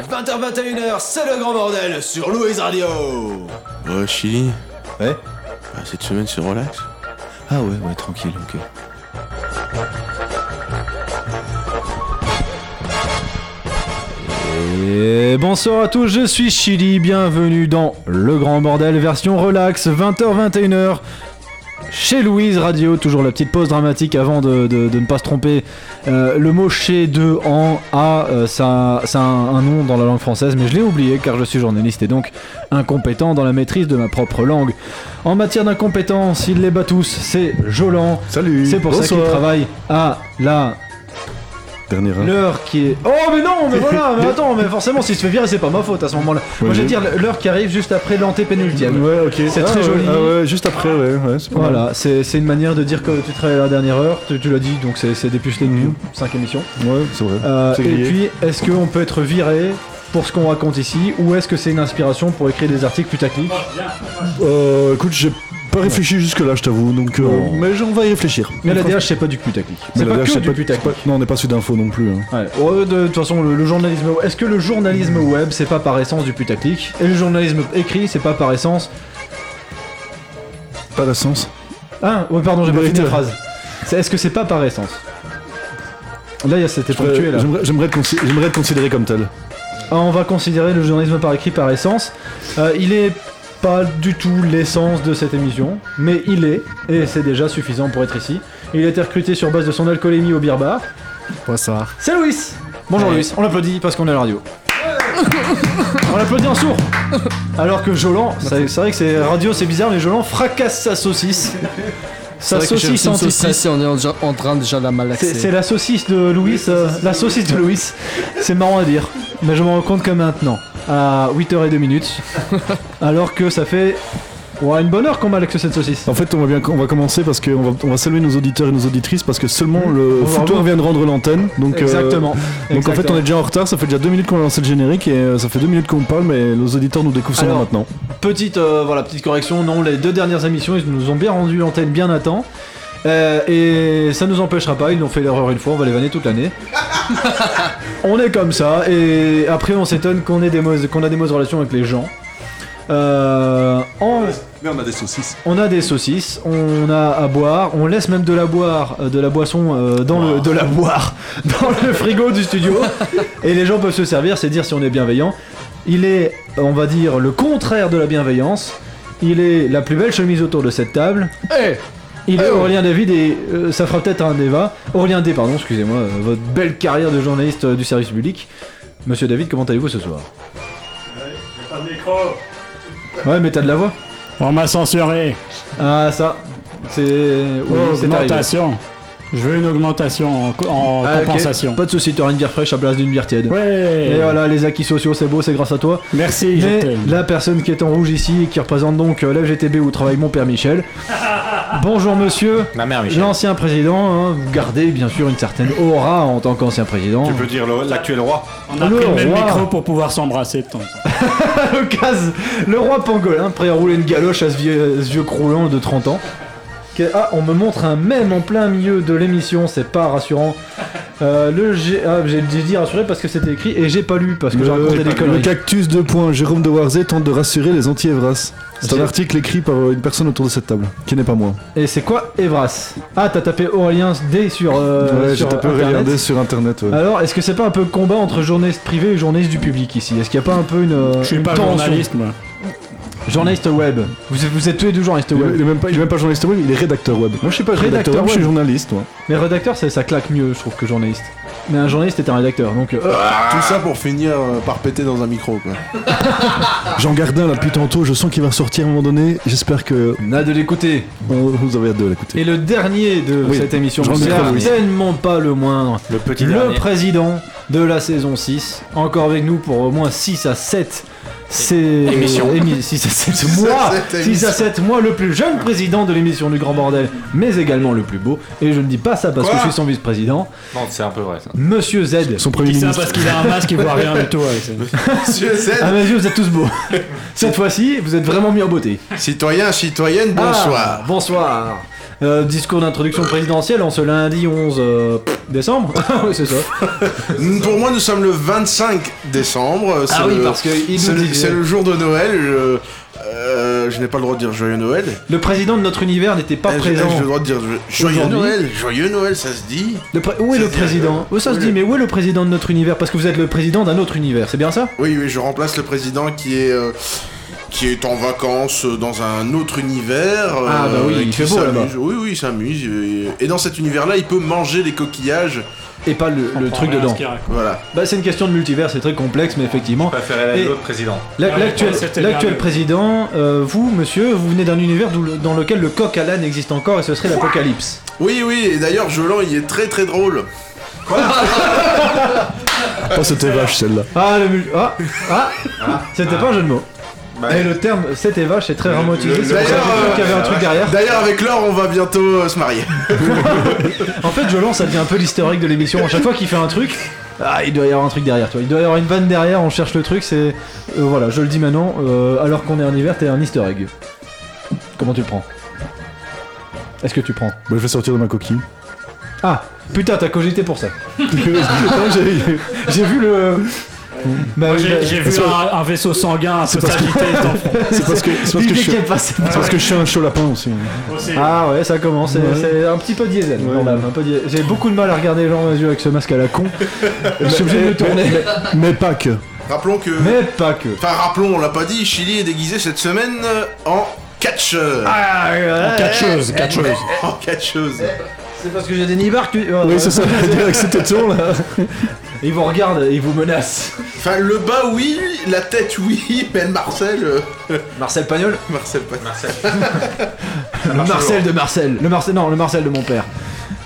20h21h, c'est le grand bordel sur Louis Radio Oh, Chili, Ouais bah, cette semaine c'est relax. Ah ouais, ouais, tranquille, ok. 어? Et bonsoir à tous, je suis Chili, bienvenue dans Le Grand Bordel version relax, 20h-21h, chez Louise Radio, toujours la petite pause dramatique avant de, de- de ne pas se tromper. Euh, le mot chez de en a, euh, ça, ça a un, un nom dans la langue française, mais je l'ai oublié car je suis journaliste et donc incompétent dans la maîtrise de ma propre langue. En matière d'incompétence, il les bat tous, c'est Jolan. Salut C'est pour ça qu'il travaille à la Dernière heure. L'heure qui est. Oh mais non, mais voilà, mais attends, mais forcément si tu fais virer c'est pas ma faute à ce moment-là. Moi Oui. je vais dire l'heure qui arrive juste après l'antépénultième. Ouais, ok. C'est Ah très ouais, joli. Ah ouais, juste après, ouais, ouais, c'est pas mal. Voilà, c'est c'est une manière de dire que tu travailles à la dernière heure, tu, tu l'as dit, donc c'est c'est dépucelé depuis 5 émissions. Mhm. Ouais, c'est vrai. Euh, C'est et grillé. puis, est-ce qu'on peut être viré pour ce qu'on raconte ici, ou est-ce que c'est une inspiration pour écrire des articles putaclic Euh, écoute, j'ai pas réfléchi jusque-là, je t'avoue, donc. euh, Non. mais j'en vais y réfléchir. Mais la DH c'est pas du putaclic. Mais C'est la pas DH, que c'est du pas- c'est putaclic. Ah, pas- Non, on n'est pas sur d'infos non plus. hein. Ouais. Ouais, de, de toute façon, le, le journalisme. Est-ce que le journalisme web, c'est pas par essence du putaclic Et le journalisme écrit, c'est pas par essence. Pas la sens. Ah, ouais, pardon, j'ai pas Ouais, fini la t'as- phrase. C'est- Est-ce que c'est pas par essence Là, il y a c'était Euh, ponctué là. J'aimerais j'aimerais être, consi- j'aimerais être considéré comme tel. Ah, on va considérer le journalisme par écrit par essence. Euh, il est pas du tout l'essence de cette émission, mais il est, et c'est déjà suffisant pour être ici. Il a été recruté sur base de son alcoolémie au beer bar. Bonsoir. C'est Louis Bonjour Louis, on l'applaudit parce qu'on est à la radio. on l'applaudit en sourd Alors que Jolan, c'est c'est vrai que c'est radio c'est bizarre, mais Jolan fracasse sa saucisse. Sa saucisse en anti-stress. saucisse et on est en, en train déjà de la C'est c'est malaxer. la saucisse de Louis, euh, la saucisse de Louis. C'est marrant à dire, mais je m'en rends compte que maintenant, à 8h02 minutes, alors que ça fait ouais, une bonne heure qu'on malaxe cette saucisse. En fait, on va, bien, on va commencer parce qu'on va, on va saluer nos auditeurs et nos auditrices parce que seulement le On va foutoir revoir. Euh, vient de rendre l'antenne. Donc, euh, Exactement. donc en fait, on est déjà en retard. Ça fait déjà deux minutes qu'on a lancé le générique et euh, ça fait deux minutes qu'on parle, mais nos auditeurs nous découvrent seulement Alors, maintenant. Petite, euh, voilà, petite correction, non, les deux dernières émissions, ils nous ont bien rendu l'antenne bien à temps. Euh, et ça nous empêchera pas, ils nous ont fait l'erreur une fois, on va les vanner toute l'année. on est comme ça, et après on s'étonne qu'on ait des mauvaises- qu'on a des mauvaises relations avec les gens. Euh, en- Mais on a des saucisses. on a des saucisses, on a à boire, on laisse même de la boire, euh, de la boisson euh, dans le, de la boire dans le frigo du studio, et les gens peuvent se servir, c'est dire si on est bienveillant. Il est, on va dire, le contraire de la bienveillance. Il est la plus belle chemise autour de cette table. Eh, Il oh. est Aurélien David et euh, ça fera peut-être un débat. Aurélien D, pardon, excusez-moi, euh, votre belle carrière de journaliste euh, du service public. Monsieur David, comment allez-vous ce soir Ouais, mais t'as de la voix. On m'a censuré. Ah ça, c'est oui, c'est arrivé. augmentation. Je veux une augmentation en, co- en Ah, ok. compensation. Pas de soucis, t'auras une bière fraîche à place d'une bière tiède. Ouais. Et voilà, les acquis sociaux, c'est beau, c'est grâce à toi. Merci, je Mais t'aime. la personne qui est en rouge ici et qui représente donc euh, la FGTB où travaille mon père Michel. Bonjour monsieur, Ma mère, l'ancien président, hein, vous gardez bien sûr une certaine aura en tant qu'ancien président. Tu peux dire le- l'actuel roi On a le pris le même roi. micro pour pouvoir s'embrasser de temps en temps. le case, le roi pangolin, prêt à rouler une galoche à ce vieux, à ce vieux croulant de 30 ans. Que- Ah, on me montre un même en plein milieu de l'émission, c'est pas rassurant. Euh, le G... ah, j'ai j'ai dit rassuré parce que c'était écrit et j'ai pas lu parce que j'ai raconté des le conneries. cactus de points, Jérôme de Warzé tente de rassurer les anti-Evras. C'est un J'ai- article écrit par euh, une personne autour de cette table, qui n'est pas moi. Et c'est quoi Evras Ah, t'as tapé Aurélien D sur, euh, ouais, j'ai sur tapé Internet. regardé sur internet. ouais. Alors, est-ce que c'est pas un peu combat entre journaliste privé et journaliste du public ici Est-ce qu'il y a pas un peu une, euh, Je suis une pas tension journaliste, moi. Journaliste web. Vous, êtes- vous êtes tous les deux journalistes il, est, web. il est même pas, il est même pas journaliste web, il est rédacteur web. Moi je suis pas rédacteur, Rédacteur web, je web. suis journaliste. Moi. Mais rédacteur, ça, ça claque mieux, je trouve, que journaliste. Mais un journaliste est un rédacteur, donc euh, Ah. Tout ça pour finir euh, par péter dans un micro, quoi. J'en garde un là depuis tantôt, je sens qu'il va ressortir à un moment donné. J'espère que On a de l'écouter. on- vous avez hâte de l'écouter. Et le dernier de Oui, cette émission, Jean-Luc c'est Lavoie. certainement pas le moindre. Le petit Le dernier. président de la saison 6, encore avec nous pour au moins 6 à 7 Émissions. 6 à 7 mois. sept 6 à 7 mois, le plus jeune président de l'émission du Grand Bordel, mais également le plus beau. Et je ne dis pas ça parce que je suis son vice-président. Non, c'est un peu vrai ça. Monsieur Z. Son Je premier dis ça ministre. parce qu'il a un masque, il voit rien du tout. ouais, c'est- Monsieur À Z, mes yeux, Ah, vous êtes tous beaux. Cette fois-ci, vous êtes vraiment mis en beauté. citoyen, citoyenne, bonsoir. Ah, bonsoir. Euh, discours d'introduction présidentielle en ce lundi 11 euh, décembre. oui, c'est ça. Pour moi, nous sommes le 25 Ah décembre. c'est le- que il C'est nous le, disait- c'est le jour de Noël. Je, euh, je n'ai pas le droit de dire joyeux Noël. le président de notre univers n'était pas Eh, j'ai- présent. J'ai le droit de dire jo- joyeux Aujourd'hui. Noël. Joyeux Noël, ça se dit. Le pré- Où est Ça le se dit, euh, président Oh, Ça se oui, dit, le- mais où est le président de notre univers Parce que vous êtes le président d'un autre univers, c'est bien ça Oui, oui, je remplace le président qui est euh, qui est en vacances euh, dans un autre univers. euh, Ah, bah oui, et il qui fait beau, là-bas. s'amuse. Oui, oui, il s'amuse. euh, Et dans cet univers-là, il peut manger les coquillages. Et pas le, le truc dedans. Voilà. Bah, c'est une question de multivers, c'est très complexe, mais effectivement. préférais Et- l'autre président. la- Ouais, L'actuel c'était l'actuel merveilleux. président, euh, vous, monsieur, vous venez d'un univers d'où le- dans lequel le coq à l'âne existe encore et ce serait l'apocalypse. Oui, oui. Et d'ailleurs, Jolan, il est très, très drôle. Oh, c'était vache celle-là. Ah, le. mul- Ah Ah C'était pas un jeu de mots. Et le terme c'était vache c'est très rarement utilisé, c'est pour ça que j'ai cru qu'il y avait un truc derrière. euh, D'ailleurs, avec Laure, on va bientôt euh, se marier. En fait, Jolan, ça devient un peu l'historique de l'émission. À chaque fois qu'il fait un truc, ah, il doit y avoir un truc derrière, tu vois. Il doit y avoir une vanne derrière, on cherche le truc, c'est. euh, voilà, je le dis maintenant, euh, alors qu'on est en hiver, t'es un easter egg. Comment tu le prends Est-ce que tu prends Bah, je vais sortir de ma coquille. Ah Putain, t'as cogité pour ça. Putain, j'ai- J'ai vu le. Bah, oui, bah, J'ai j'ai vu un, un vaisseau sanguin se s'agiter dans le front. C'est parce que c'est parce que je l'idée suis qui est passée. c'est parce que je suis un chaud lapin aussi. Aussi. Ah ouais, ça commence, c'est- Ouais. c'est un petit peu diesel. dans l'âme, un peu diesel. J'ai beaucoup de mal à regarder les gens dans les yeux avec ce masque à la con. je suis obligé de me tourner. Mais pas que. Rappelons que. Mais pas que. Enfin, rappelons, on l'a pas dit, Chili est déguisé cette semaine euh, en catcheur. Ah, Eh, Catcheuse, catcheuse. En catcheuse. C'est parce que j'ai des nibards que. Oui, c'est ça, j'allais dire avec cet étour là. Ils vous regardent et ils vous menacent. Enfin, le bas, oui, la tête, oui, mais Marcel. euh, Marcel Pagnol Marcel, pas. Le Marcel de Marcel. Le Marcel, non, le Marcel de mon père.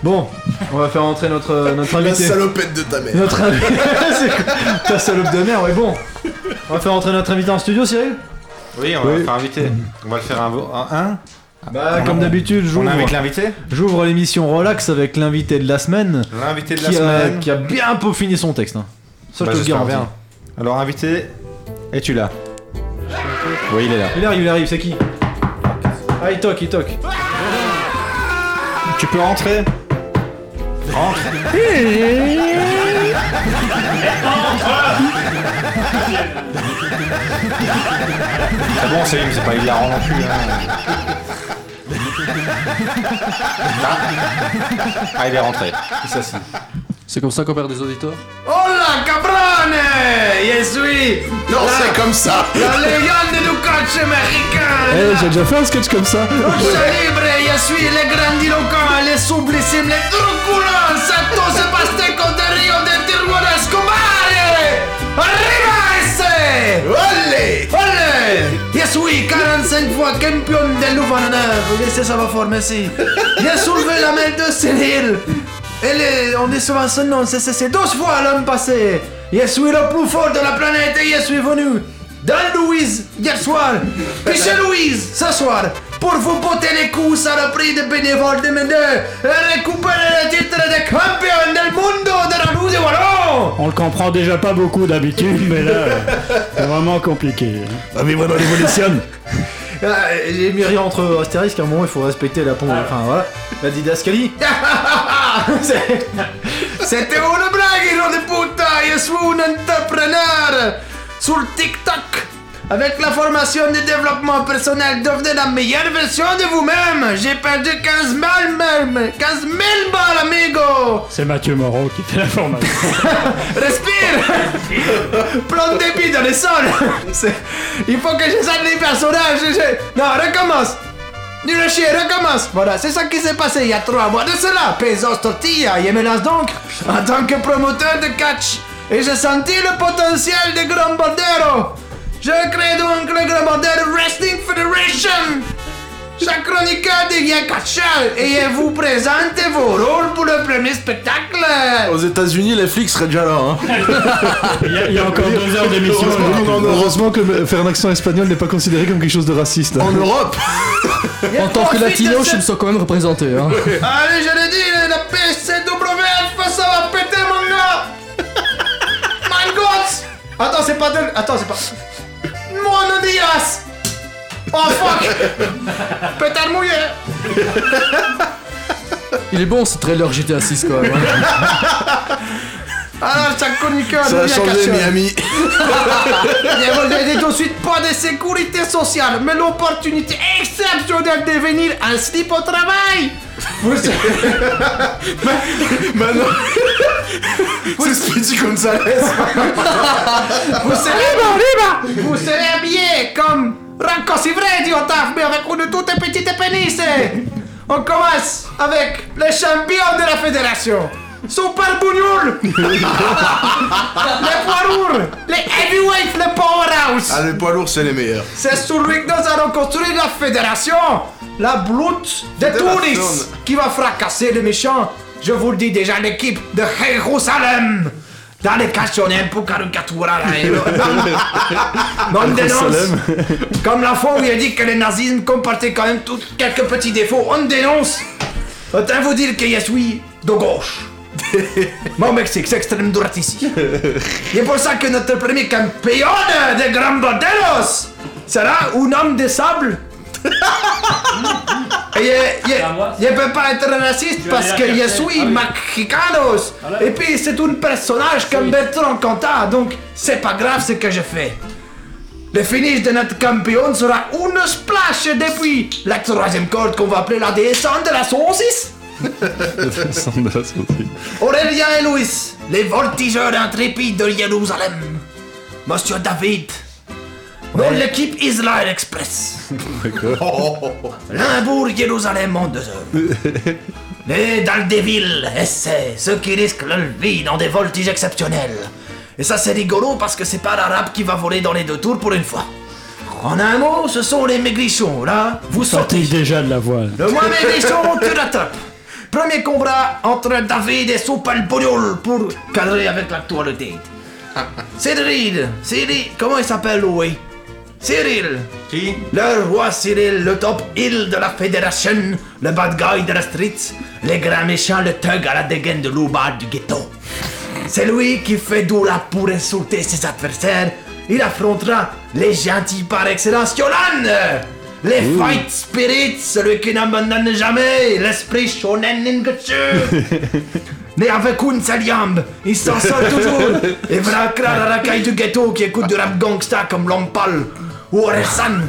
Bon, on va faire entrer notre, euh, notre La invité. salopette de ta mère. Notre invité. C'est quoi Ta salope de merde, ouais, bon. On va faire entrer notre invité en studio, Cyril Oui, on va le faire inviter. On va le faire un. vo- un, Bah, on- comme d'habitude, on est j'ouvre avec l'invité j'ouvre l'émission Relax avec l'invité de la semaine. L'invité de la Qui a, semaine. qui a bien peaufiné son texte. hein. Ça, Bah, je te le j'espère garantis. bien. Alors, invité, es-tu là Oui, il est là. Il arrive, il arrive, c'est qui Ah, il toque, il toque. Tu peux rentrer Rentre C'est Ah bon, c'est lui, c'est pas hilarant non plus. hein. Ah. Ah, il est rentré. Il s'assit. C'est comme ça qu'on perd des auditeurs Hola cabrone! Je suis Non, c'est comme ça. la légende du catch Eh, américain! j'ai déjà fait un sketch comme ça. Je libre, je suis le grandiloquent, le sublissime, le truculent, Santo Sebastico de Rio de Tijuana Escobar! Arriba ese! Allez Allez! Je suis 45 fois champion de Louvain-en-Neuve. Laissez ça va fort, merci. J'ai soulevé la main de Cyril. Elle est, on est souvent son nom, c'est- c'est c'est 12 fois l'an passé. Je suis le plus fort de la planète et je suis venu dans Louise hier soir, puis chez Louise ce soir, pour vous botter les coups à la prix de bénévoles de Mendeux et récupérer le titre de champion del mundo de la Louise de Wallon. On le comprend déjà pas beaucoup d'habitude, mais là, euh, c'est vraiment compliqué. Ah mais voilà l'évolution. Ah, J'ai mis rire entre astérisques, à un moment il faut respecter la pon- Enfin voilà, la didascalie. C'est- C'était une blague, hijo de puta! Je suis e un entrepreneur sur TikTok! Avec la formation de développement personnel, devenez la meilleure version de vous-même! J'ai perdu 15 000 même! 15 000 balles, amigo! C'est Mathieu Moreau qui fait la formation. Respire! Prends des pieds dans le sol! C'est- Il faut que je sale les personnages! je- Non, recommence! Nul à chier, recommence! Voilà, c'est ça qui s'est passé il y a trois mois de cela! Pesos Tortilla, je me lance donc en tant que promoteur de catch! Et j'ai senti le potentiel de Grand Bordero! Je crée donc le Grand Bordero Wrestling Federation! Chaque chroniqueur devient catcheur et je vous présente vos rôles pour le premier spectacle! Aux États-Unis, les flics seraient déjà là. Hein. Il y a, il y a encore deux heures d'émission. Heureusement que euh, faire un accent espagnol n'est pas considéré comme quelque chose de raciste. En Europe En tant que latino, je me sens quand même représenté. Hein. Ah, Allez, je le dis, la PCWF, ça va péter, mon gars My God Attends, c'est pas de... Attends, c'est pas... Mon Dias Oh fuck Pétard mouillé Il est bon ce trailer GTA 6 quand même. hein. Alors, ça chroniqueur Ça a devient changé casseur. Miami. Et vous n'avez tout de suite pas de sécurité sociale, mais l'opportunité exceptionnelle de venir en slip au travail Vous Maintenant, c'est Speedy Gonzalez. Vous serez, vous serez habillé comme Ranco Sivredi au taf, mais avec une toute petite pénis. On commence avec les champions de la fédération. Super Bougnoul Les poids lourds Les heavyweights, les powerhouse Ah, les poids lourds, c'est les meilleurs. C'est celui que nous allons construire la fédération La brute de Tunis Qui va fracasser les méchants Je vous le dis déjà, l'équipe de Jérusalem dans les cas, on est un peu caricatural. hein. Non, on dénonce. Comme la fois où il a dit que le nazisme comportait quand même tout- quelques petits défauts, on dénonce. Autant vous dire que je suis de gauche. Mais au Mexique, c'est extrême droite ici. C'est pour ça que notre premier champion de Grand Bordelos sera un homme de sable. Et je- je- je ne peux pas être raciste parce que je suis mexicanos. Et puis c'est un personnage comme Bertrand Cantat, donc c'est pas grave ce que je fais. Le finish de notre champion sera une splash depuis la troisième corde qu'on va appeler la descente de la saucisse. Aurélien et Louis, les voltigeurs intrépides de Jérusalem. Monsieur David, dans l'équipe Israel Express. Limbourg, Jérusalem en deux heures. les Daredevil, essais, ceux qui risquent leur vie dans des voltiges exceptionnels. Et ça, c'est rigolo parce que c'est pas l'arabe qui va voler dans les deux tours pour une fois. En un mot, ce sont les maigrichons, là. Vous sortez. Sortez déjà de la voile. Le moins méchant, tu l'attrapes. Premier combat entre David et Super Bognol pour cadrer avec l'actualité. Cyril, Cyril, comment il s'appelle, oui Cyril. Qui Le roi Cyril, le top hill de la fédération, le bad guy de la street, les grands méchants, le thug à la dégaine de l'oubard du ghetto. C'est lui qui fait doula pour insulter ses adversaires. Il affrontera les gentils par excellence, Yolan Les fight spirits, celui qui n'abandonne jamais, l'esprit shonen ningetsu Mais avec une seule jambe, il s'en sort toujours Et braquera la racaille du ghetto qui écoute du rap gangsta comme Lompal ou Oresan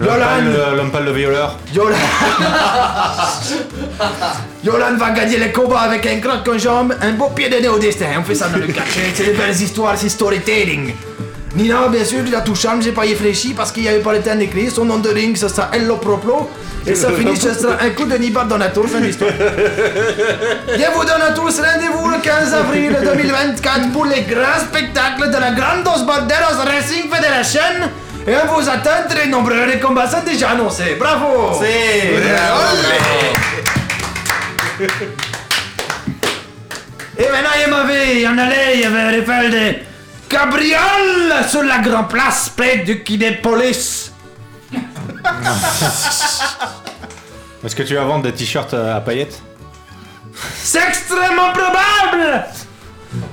Yolan euh, L'homme pâle, le violeur. Yolan Yolan va gagner les combats avec un croc en jambe, un beau pied de nez au destin. On fait ça dans le cachet, c'est des belles histoires, c'est storytelling. Nina, bien sûr, il a tout charme, j'ai pas réfléchi parce qu'il y avait pas le temps d'écrire. Son nom de ring, ce sera Hello Proplo. Et ça finit, ce sera un coup de nibar dans la tour, fin d'histoire. Je vous donne à tous rendez-vous le 15 avril 2024 pour les grands spectacles de la Grandos Barderos Racing Federation. Et on vous attend très nombreux, les combats sont déjà annoncés. Bravo! Et maintenant, il m'avait en allait, il y avait fait des cabrioles sur la grande place près du Kinépolis. Est-ce que tu vas vendre des t-shirts euh, à paillettes C'est extrêmement probable!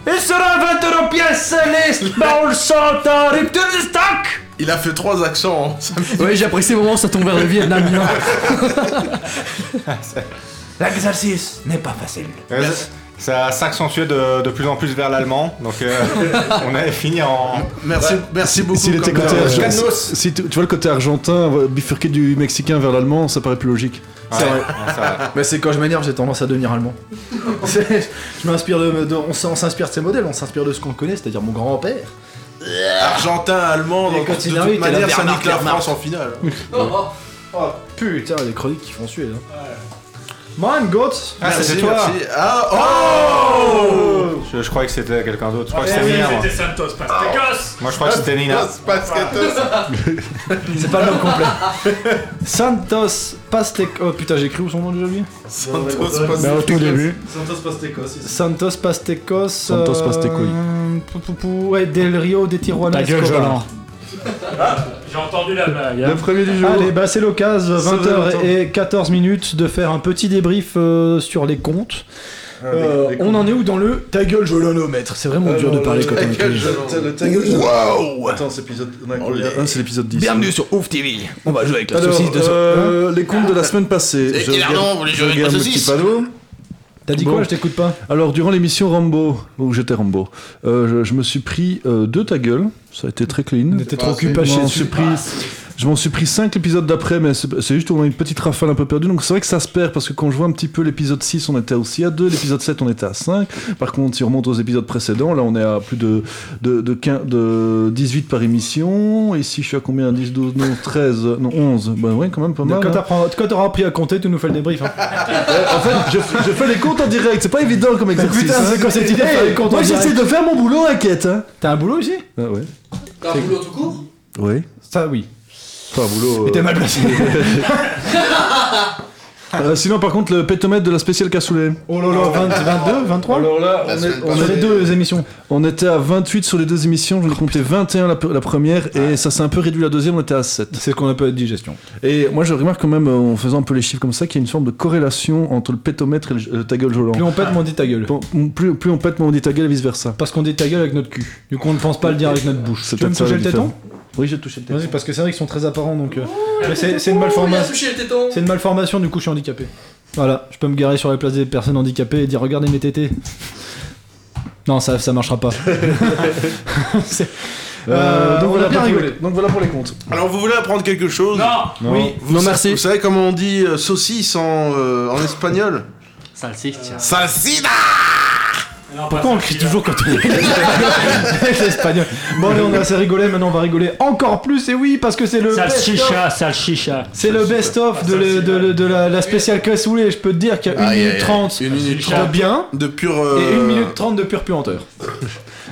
Il sera 20 euros pièce, les balles sont en rupture de stock! Il a fait trois accents. hein. Ça me- Ouais, j'ai apprécié le moment où ça tombe vers le vietnamien. L'exercice n'est pas facile. Euh, Ça s'accentuait de, de plus en plus vers l'allemand, donc euh, on avait fini en... Merci, merci beaucoup. S'il était Campbell. côté argentin, Canos. si- si tu tu vois le côté argentin euh, bifurqué du mexicain vers l'allemand, ça paraît plus logique. C'est vrai. Ah, Mais c'est quand je m'énerve, j'ai tendance à devenir allemand. C'est- je m'inspire de, de- on s'in- on s'inspire de ces modèles, on s'inspire de ce qu'on connaît, c'est-à-dire mon grand-père. Argentin, allemand, Et donc quand de il arrive, toute t'es là, manière, ça Bernard nique la Bernard. Oh, France en finale. Putain, les chroniques qui font suer hein. là. Man, Gotz Ah, Merci, c'était toi merci. Ah, oh je, je croyais que c'était quelqu'un d'autre, je crois que Eh c'était Nina. moi. Santos Pastecos. Moi je crois que c'était Nina. C'est pas le nom complet. Santos Pastec... Oh putain, j'ai écrit où son nom déjà lui Santos Bah, au tout début. Santos Pastecos. ici. Santos Pastecos... euh, Santos Pastecoy. pou, pou, pou, ouais, Del Rio, de Tijuana, Ta gueule, Escobar. Jolan. hein. Ah, J'ai entendu la blague. hein. Le premier du jour. Allez, bah c'est l'occasion, 20h et 14 minutes, de faire un petit débrief euh, sur les comptes. Ah, Euh, on en est où dans le ta gueule, je l'anomètre C'est Euh, vraiment dur de parler quand on est Tackle, plus. je- le tackle, je- Waouh Attends, c'est l'épisode les- un, c'est l'épisode 10. Bienvenue sur Ouf TV. On va jouer avec la Alors, saucisse de so- euh, les comptes de la semaine passée. Et Guillermo, vous voulez jouer avec regarde la le petit saucisse panneau. T'as dit Bon. quoi Je t'écoute pas. Alors, durant l'émission Rambo, où j'étais Rambo, euh, je, je me suis pris euh, deux ta gueule. Ça a été très clean. On était trop pas occupés à Je chier m'en dessus. suis pris, je m'en suis pris cinq l'épisode d'après, mais c'est c'est juste on a une petite rafale un peu perdue. Donc c'est vrai que ça se perd parce que quand je vois un petit peu l'épisode 6, on était aussi à 2, l'épisode 7, on était à 5. Par contre, si on remonte aux épisodes précédents, là on est à plus de, de, de, 15 de 18 par émission. Ici, je suis à combien 10, 12, non, 13, non, 11. Bah ouais, quand même pas mal. Quand hein. t'apprends- quand t'auras appris à compter, tu nous fais le débrief. hein. En fait, je, je fais les comptes en direct, c'est pas évident comme exercice. Putain, c'est quoi cette idée de faire les comptes en Moi direct j'essaie de faire mon boulot, inquiète. Hein. T'as un boulot aussi Ah ouais. T'as un boulot tout court Oui. Ça, oui. Enfin, boulot. euh, T'es mal placé. Euh, sinon, par contre, le pétomètre de la spéciale cassoulet. Oh là là, 20 22, 23 Alors là, La on, semaine est- on Sur est- les deux émissions. on était à 28 sur les deux émissions, je ai compté 21 la, la première, et ça s'est un peu réduit la deuxième, on était à 7. C'est ce qu'on appelle digestion. Et moi, je remarque quand même, euh, en faisant un peu les chiffres comme ça, qu'il y a une forme de corrélation entre le pétomètre et le, le ta gueule jolant. Plus on pète, moins on dit ta gueule. Plus, plus, on pète, moins on dit ta gueule, et vice-versa. Parce qu'on dit ta gueule avec notre cul. Du coup, on ne pense pas le dire avec notre bouche. C'est Tu veux me peut-être ça toucher la le téton différence. Oui, j'ai touché le téton. Vas-y, parce que c'est vrai qu'ils sont très apparents donc. euh, mais c'est c'est une malformation. touché le téton C'est une malformation, du coup, je suis handicapé. Voilà, je peux me garer sur la place des personnes handicapées et dire regardez mes tétés. Non, ça, ça marchera pas. C'est- Euh, donc, on voilà a bien pour les- rigolé. donc voilà pour les comptes. Alors, vous voulez apprendre quelque chose Non Oui. Vous Non, sa- merci. Vous savez comment on dit euh, saucisse en, euh, en espagnol Salsicha. Salsida Pourquoi on crie toujours quand on est l'espagnol Bon, allez, on a assez rigolé, maintenant on va rigoler encore plus, et oui, parce que c'est le best-of Salchicha, salchicha. c'est le best-of de, le- de le- de la, la spéciale cassoulet, je peux te dire qu'il y a 1 minute 30 Une minute de bien, de pure. et euh, 1 minute 30 de pure puanteur.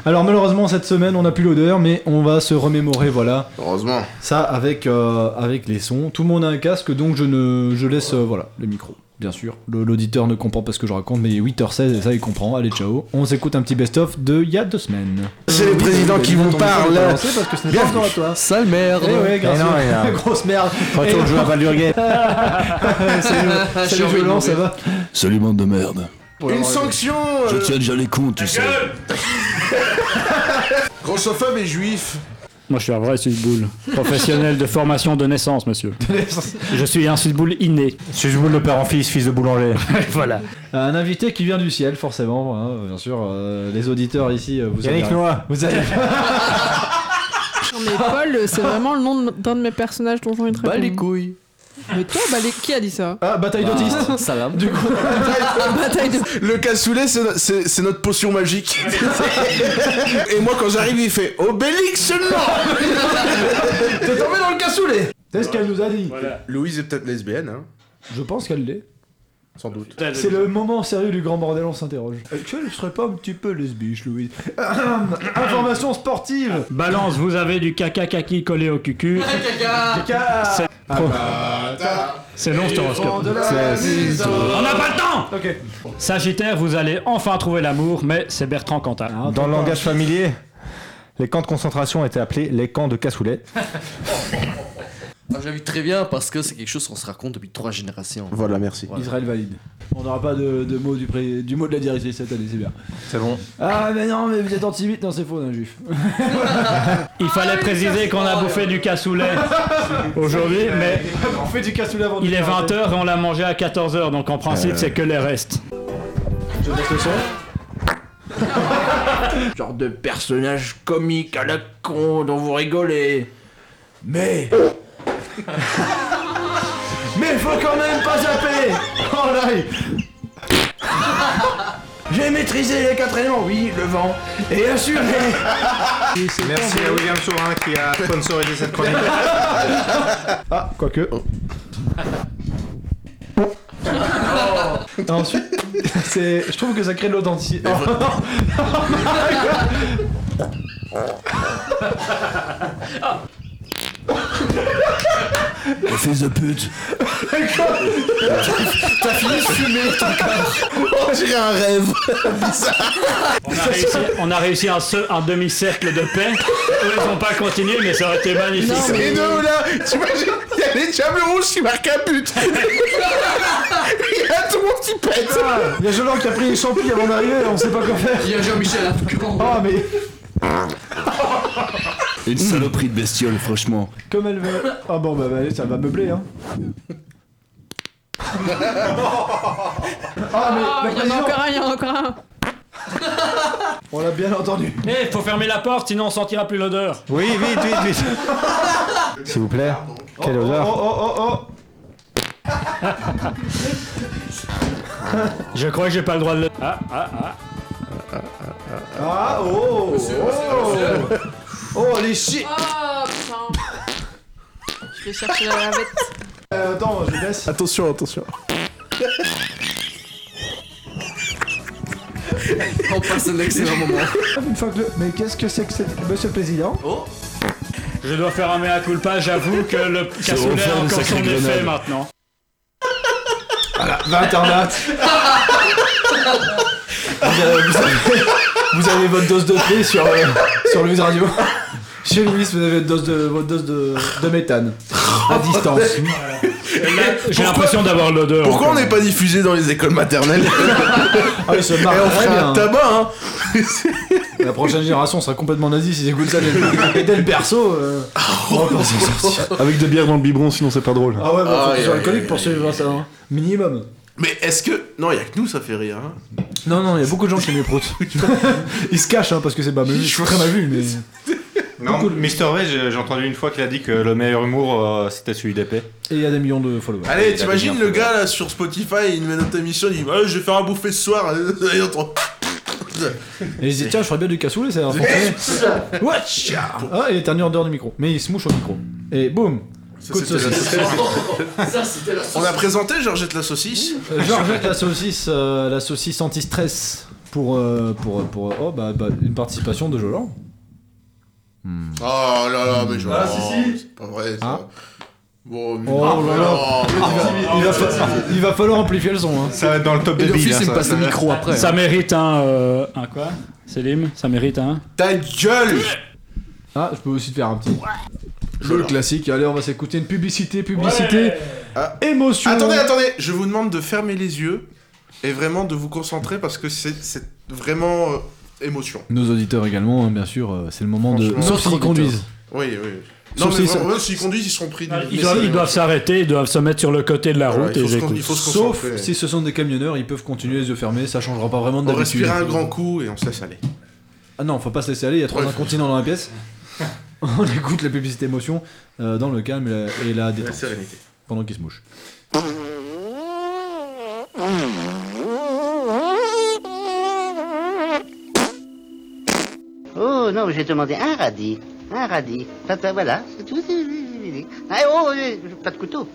Alors malheureusement cette semaine on n'a plus l'odeur mais on va se remémorer voilà Heureusement. ça avec, euh, avec les sons. Tout le monde a un casque donc je ne je laisse euh, voilà le micro bien sûr. Le- L'auditeur ne comprend pas ce que je raconte mais il est 8h16 et ça il comprend. Allez ciao. On s'écoute un petit best-of de il y a deux semaines. C'est les présidents qui vous parlent. Parce que ce n'est pas encore à toi. Sale merde Eh ouais, grâce non, il y a- grosse merde. Et Retourne jouer à Valurgate. Ah, j'ai Salut envie de violent, ça mourir. va Salut bande de merde. Une sanction euh, Je tiens déjà les comptes, tu sais. euh, Grossophobe et juif. Moi, je suis un vrai sudboule. Professionnel de formation de naissance, monsieur. Je suis un sudboule inné. Si je boule le père en fils, fils de boulanger. voilà. Un invité qui vient du ciel forcément. hein, bien sûr euh, les auditeurs ici euh, vous avez Yannick Noah. vous avez Non mais Paul, c'est vraiment le nom de- d'un de mes personnages dont j'ai envie de Bah les répondre. couilles Mais toi, bah les... qui a dit ça ah, bataille d'autistes. Bah, Ça va Du coup Bataille de... Le cassoulet, c'est- c'est c'est notre potion magique. et moi, quand j'arrive, il fait Obélix seulement t'es tombé dans le cassoulet. C'est ce qu'elle nous a dit. Louise est peut-être lesbienne, hein Je pense qu'elle l'est. Sans doute. C'est le moment sérieux du grand bordel, on s'interroge. Est-ce qu'elle serait pas un petit peu lesbiche, Louise Ahem, Information sportive Balance, vous avez du caca kaki collé au cucu. Ah, Caca bah. C'est long, cet horoscope. de la On n'a pas le temps Ok. Sagittaire, vous allez enfin trouver l'amour, mais c'est Bertrand Cantat. Ah, Dans le langage familier, les camps de concentration étaient appelés les camps de cassoulet. Ah, J'invite très bien parce que c'est quelque chose qu'on se raconte depuis trois générations. Voilà, merci. Voilà. Israël valide. On n'aura pas de, de mot du, pré- du mot de la directrice cette année, c'est bien. C'est bon. Ah mais non, mais vous êtes antisémite, non c'est faux, un juif. Il Ah, fallait préciser qu'on a bouffé du cassoulet aujourd'hui, mais on fait du cassoulet avant il est 20h et on l'a mangé à 14h, donc en Euh. principe, c'est que les restes. Genre de personnage comique à la con dont vous rigolez. Mais. Mais faut quand même pas zapper En live J'ai maîtrisé les quatre éléments, oui, le vent, et assuré Merci à William Saurin qui a sponsorisé cette chronique. Ah, quoique. Et Ensuite, c'est, je trouve que ça crée de l'authenticité. Oh, non. Fils de pute. Oh, On dirait un rêve. On a réussi, on a réussi un, se- un demi-cercle de paix. Eux, ils n'ont pas continué, mais ça aurait été magnifique. Non, mais- Et nous, là, t'imagines Il y a les Diables Rouges qui marquent un but. Il y a tout le monde qui pète. Ah, Il y a Jolan qui a pris les champis avant d'arriver, on sait pas quoi faire. Il y a Jean-Michel hein, Afghan. Ah, mais Une saloperie de bestiole, franchement. comme elle veut. Ah bon, bah, bah, allez, ça va meubler, hein. Ah, mais Ah, Il la y en a présidente, encore un, il y en a encore un. on l'a bien entendu. Eh, faut fermer la porte, sinon on sentira plus l'odeur. Oui, vite, vite, vite. S'il vous plaît. Quelle odeur Oh, oh, oh, oh. Je crois que j'ai pas le droit de le. Ah, ah, ah. Ah, oh. Oh, oh les chi... Oh putain. Je vais chercher la lavette. Euh, attends, je les laisse. Attention, attention. On passe un excellent moment. Oh. Une fois que le- Mais qu'est-ce que c'est que c'est Monsieur le Président Je dois faire un mea culpa, j'avoue que le cassoulet a encore son effet maintenant. 20 internautes. vous, avez, vous avez- vous avez votre dose de prix sur, euh, sur Louise Radio. Chez Louis, vous avez votre dose de, votre dose de, de méthane. À distance. J'ai l'impression d'avoir l'odeur. Pourquoi on encore. n'est pas diffusé dans les écoles maternelles Ah, ils se marrent Et on très ferait bien. un tabac, hein La prochaine génération sera complètement nazie s'ils écoutent ça. dès le- Et dès le perso, euh, on va pas s'en sortir. Ah Avec de bière dans le biberon, sinon c'est pas drôle. Ah ouais, bah, faut que Aïe, tu sois aïe, alcoolique aïe, pour suivre ça. hein. Minimum. Mais est-ce que. Non, il y a que nous, ça fait rire. Hein. Non, non, il y a beaucoup de gens qui aiment les proutes. Ils se cachent hein, parce que c'est pas mal vu. C'est très mal vu, mais. Non, Mister V, j'ai j'ai entendu une fois qu'il a dit que le meilleur humour, euh, c'était celui d'épée. Et il y a des millions de followers. Allez, t'imagines le gars là sur Spotify, il met notre émission, il dit Ouais, Je vais faire un bouffet ce soir. Et on t'en- Et ils disent tiens, je ferais bien du cassoulet, ça a l'air français. Watch Ah, il éternue en dehors du micro. Mais il se mouche au micro. Et boum Ça, Coup de c'était la saucisse. Ça, c'était la On a présenté Georgette la saucisse. Euh, Georges jette la saucisse, euh, la saucisse anti-stress pour, euh, pour, pour oh, bah, bah, une participation de Jolan. Oh là là, mais genre. Ah, si, C'est pas vrai ça. Ah. Bon, Oh là là. Ah, Il va, fa- il va falloir amplifier le son. Hein. Ça va être dans le top Et des le billes. fils, hein, il me ça. passe le micro après. hein. Ça mérite un. euh, un quoi Selim Ça mérite un. Ta gueule hein. Ah, je peux aussi te faire un petit. Le classique. Allez, on va s'écouter une publicité, publicité. Ah. Émotion. Attendez, attendez, je vous demande de fermer les yeux et vraiment de vous concentrer parce que c'est c'est vraiment euh, émotion. Nos auditeurs également, hein, bien sûr, euh, c'est le moment de. Franchement. Sauf s'ils conduisent. Oui, oui. Non, Sauf si mais ça- vraiment, eux, s'ils conduisent, ils seront pris. du- Ils mais doivent, c'est- ils doivent s'arrêter, ils doivent se mettre sur le côté de la Voilà, route il et faut se ils con- il écoutent. faut se Sauf concentrer. si ce sont des camionneurs, ils peuvent continuer les yeux fermés, ça changera pas vraiment On d'habitude. respire un grand coup et on se laisse aller. Ah non, faut pas se laisser aller, il y a trois Ouais. incontinents dans la pièce. on écoute la publicité émotion euh, dans le calme et la, et la La détente sérénité. pendant qu'ils se mouchent. Oh non, j'ai demandé un radis. Un radis. Ça, ça, Voilà, c'est tout. Ah, oh, euh, pas de couteau.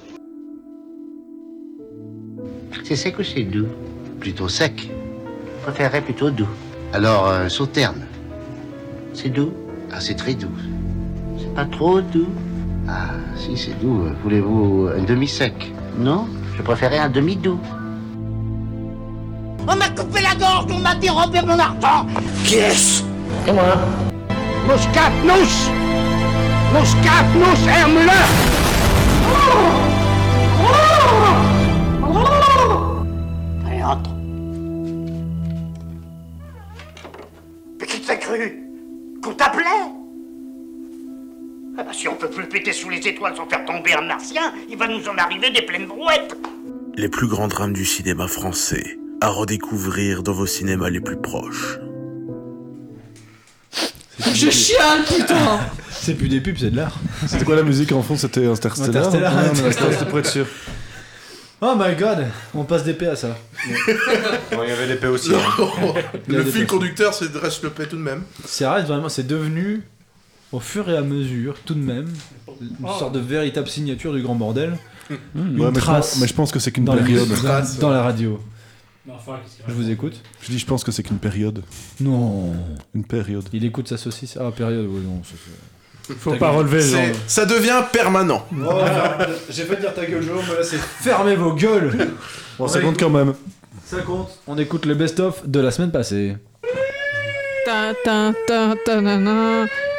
C'est sec ou c'est doux Plutôt sec. Je préférerais plutôt doux. Alors, euh, sauterne. C'est doux Ah, c'est très doux. C'est pas trop doux Ah, si, c'est doux. Voulez-vous un demi-sec Non, je préférais un demi-doux. On m'a coupé la gorge, on m'a dérobé mon argent Qui est-ce C'est moi. Moscat nous Moscat nous Hermuleur Allez, entre. Mais qui t'a cru Qu'on t'appelait Ah bah, Si on peut plus péter sous les étoiles sans faire tomber un martien, il va nous en arriver des pleines brouettes Les plus grands drames du cinéma français à redécouvrir dans vos cinémas les plus proches. Je chiale, Ah, putain C'est plus des pubs, c'est de l'art. C'était quoi la musique en fond C'était euh, Interstellar Interstellar, Ouais, mais Interstellar. c'était pour être sûr. Oh my god, on passe d'épée à ça. Bon, il y avait l'épée aussi. hein. Il y a Le des fil personnes. conducteur, c'est de reste le paix tout de même. C'est rare, vraiment, c'est devenu au fur et à mesure, tout de même, une sorte de véritable signature du grand bordel. Une Mmh. Ouais, mais, je trace pense, mais je pense que c'est qu'une dans, la- période. dans- Trace. dans la radio. Enfin, qu'est-ce qu'il Je vous écoute. Je dis, je pense que c'est qu'une période. Non. Une période. Il écoute sa saucisse. Ah, période, oui, non. ça- Faut pas relever les C'est- jambes. Ça devient permanent. Oh, J'ai pas dire ta gueule, Jérôme, mais là c'est fermez vos gueules Bon, ça compte quand même. Ça compte On écoute le best-of de la semaine passée. Ta ta ta ta na na.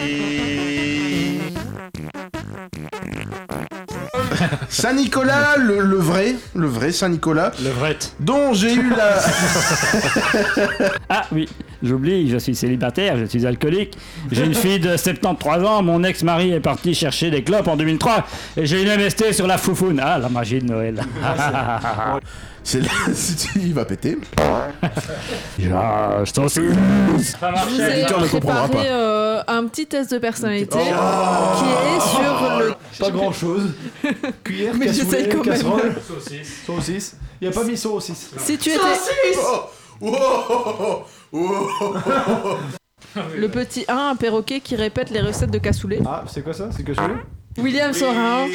Nostalgie. Saint-Nicolas, le, le vrai, le vrai Saint-Nicolas. Le vrai. Dont j'ai eu la. Ah oui, j'oublie, je suis célibataire, je suis alcoolique. J'ai une fille de 73 ans, mon ex-mari est parti chercher des clopes en 2003 et j'ai une MST sur la foufoune. Ah, la magie de Noël. Ah, C'est là, si tu il va péter. je t'en suis. Ça Je vous ai préparé euh, un petit test de personnalité Oh. qui est sur le... Pas grand chose. Cuillère, Mais cassoulet, j'essaye quand même. casserole. Saucisse. Saucisse. Il n'y a pas mis saucisse. Si tu étais... Oh, Le petit 1, un perroquet qui répète les recettes de cassoulet. Ah, c'est quoi ça C'est que celui William Sorin.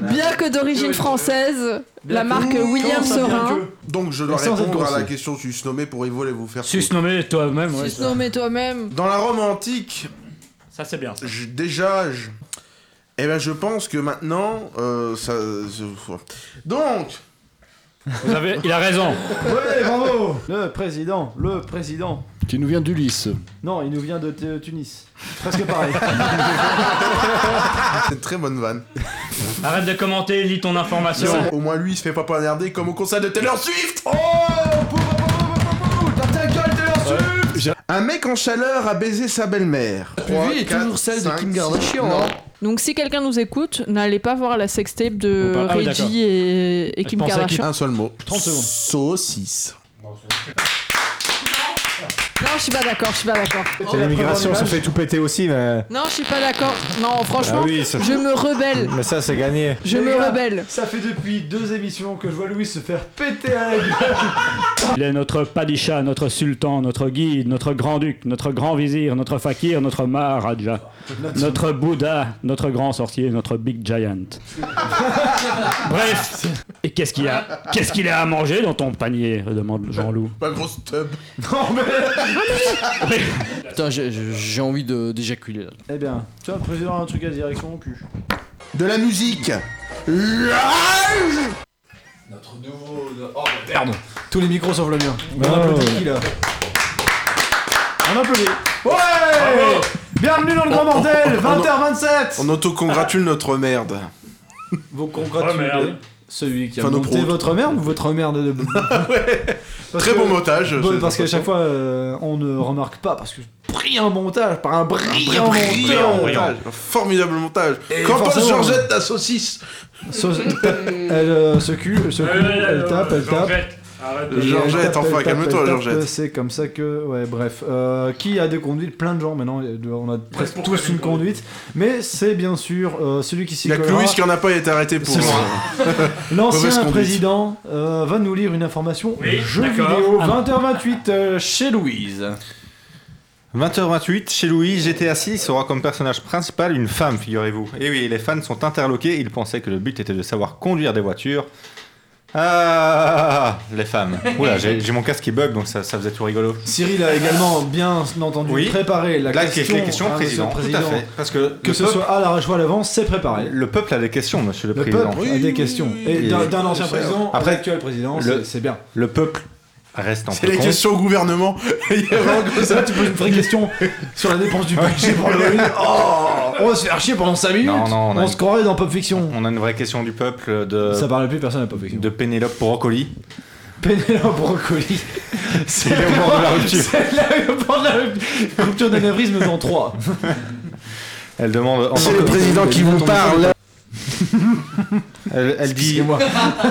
Bien que d'origine française, la marque William Sorin. Donc je dois Sans être répondre à la grossier. question si je nommé pour Evo et vous faire. Sus nommé toi-même, ouais. Tu nommé toi-même. Dans la Rome antique, Ça c'est bien. je- déjà, je... eh ben je pense que maintenant, euh, ça. je- Donc, Vous avez- Il a raison. Ouais, bravo Le président, le président. Qui nous vient d'Ulysse. Non, il nous vient de T- Tunis. Presque pareil. Ah, c'est une très bonne vanne. Arrête de commenter, lis ton information. Au moins lui, il se fait pas poignarder comme au concert de Taylor Swift. Oh, ta gueule, Taylor Swift Un mec en chaleur a baisé sa belle-mère. Trois, est quatre, toujours celle de cinq, Kim six- Kardashian. Non. hein. Donc si quelqu'un nous écoute, n'allez pas voir la sextape de Ah oui, d'accord. Reggie et, et Kim Kardashian. Un seul mot. 30 secondes. Saucisse. Non, je suis pas d'accord, je suis pas d'accord. L'immigration se fait tout péter aussi, mais. Non, je suis pas d'accord. Non, franchement, Ah oui, ça- je me rebelle. Mais ça, c'est gagné. Je Les me gars, rebelle. Ça fait depuis deux émissions que je vois Louis se faire péter à la gueule. Il est notre padishah, notre sultan, notre guide, notre grand-duc, notre grand vizir, notre fakir, notre maharaja, notre Bouddha, notre grand sorcier, notre big giant. Bref, et qu'est-ce qu'il y a Qu'est-ce qu'il y a à manger dans ton panier demande Jean-Loup. Pas grosse tub. Non, mais. Putain, j'ai- j'ai j'ai envie de- d'éjaculer là. Eh bien, tu vois, le président a un truc à dire avec son cul. De la musique. Notre nouveau. Oh, Merde Tous les micros sauf le mien. On Oh. applaudit qui là Ah, On applaudit. Ouais Bienvenue dans le grand mortel 20h27 On autocongratule notre merde. Vos merde. Celui qui a Enfin, nos monté proutes. votre merde ou votre merde de... Parce Très que- bon montage, Bon, c'est parce qu'à notre chaque fois, euh, on ne remarque pas parce que brillant montage par un brillant, Brillant montage. montage. Un Formidable montage. Et Qu'en pense forcément- euh, Georgette ta saucisse Sau- Elle euh, se cule, se cule, elle tape, elle tape. Et elle Georgette, tape, elle enfin, tape, calme-toi, elle tape, euh, Georgette. C'est comme ça que. Ouais, bref. Euh, qui a des conduites Plein de gens maintenant. On a presque tous une conduite. Mais c'est bien sûr euh, celui qui s'y Il y a que collera. Louis qui en a pas été arrêté pour. C'est ça. euh, mauvaise L'ancien conduite. président euh, va nous lire une information jeu d'accord. vidéo Ah. 20h28 euh, chez Louise. 20h28, chez Louis, GTA 6 aura comme personnage principal une femme, figurez-vous. Et oui, les fans sont interloqués, ils pensaient que le but était de savoir conduire des voitures. Ah, les femmes. Oula, j'ai j'ai mon casque qui bug, donc ça, ça faisait tout rigolo. Cyril a également bien entendu Oui. préparé la Là, question. les questions, à président. monsieur le Tout à fait. Parce que, Que le ce peuple- soit à la rajoie à l'avance, c'est préparé. Le peuple a des questions, monsieur le, Le président. peuple a des questions. Et d'un- d'un ancien président à l'actuel président, c'est- c'est bien. Le peuple reste en C'est les questions au gouvernement. Il y a vraiment comme Là, ça. tu poses une vraie question sur la dépense du budget pour l'Halloween. Oh, on va se faire chier pendant 5 minutes. Non, non, on a on une- se croirait dans Pop Fiction. On a une vraie question du peuple euh, de. Ça parle plus personne à Pop Fiction. De Pénélope Brocoli. Pénélope Brocoli. C'est le moment de la rupture. C'est le moment de la rupture. Rupture d'anévrisme dans 3. Elle demande. en C'est tant le que- président qui vous parle. Elle, elle dit.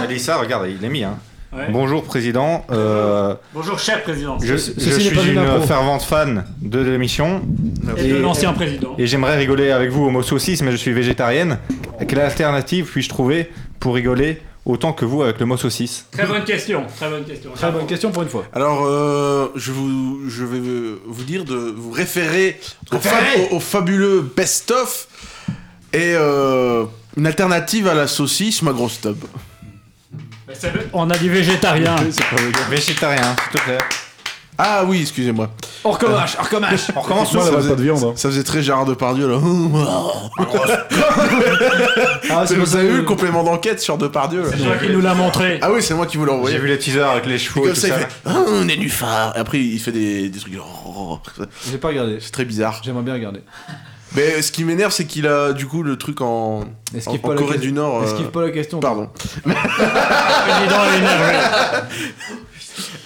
Elle dit ça, regarde, il l'a mis. Hein. Ouais. Bonjour président. euh, Bonjour cher président. je, je suis une, fervente fan de l'émission. Et de l'ancien président. Et j'aimerais rigoler avec vous au mot saucisse, mais je suis végétarienne. Quelle alternative puis-je trouver pour rigoler autant que vous avec le mot saucisse Très bonne question, très bonne question. Très bonne question pour une fois. Alors, euh, je, vous, je vais vous dire de vous référer au, fa- au- au fabuleux best-of. Et euh, Une alternative à la saucisse, ma grosse tub. On a dit végétarien. Végétarien, tout à fait. Ah oui, excusez-moi. On recommence, on recommence. On recommence Moi, où ça ça faisait- faisait- hein. Ça faisait très Gérard Depardieu là. Ah, c'est c'est pour vous ça avez que- eu le complément d'enquête sur Depardieu là. C'est toi qui nous l'a montré. Ah oui, c'est moi qui vous l'ai envoyé. J'ai vu les teasers avec les Et chevaux et comme tout ça, il ça. fait Ah, Nénuphar. Et après, il fait des, des trucs genre. J'ai pas regardé. C'est très bizarre. J'aimerais bien regarder. Mais ce qui m'énerve, c'est qu'il a du coup le truc en, en, Esquive en pas la Corée que- du Nord. euh, Esquive pas la question. Pardon.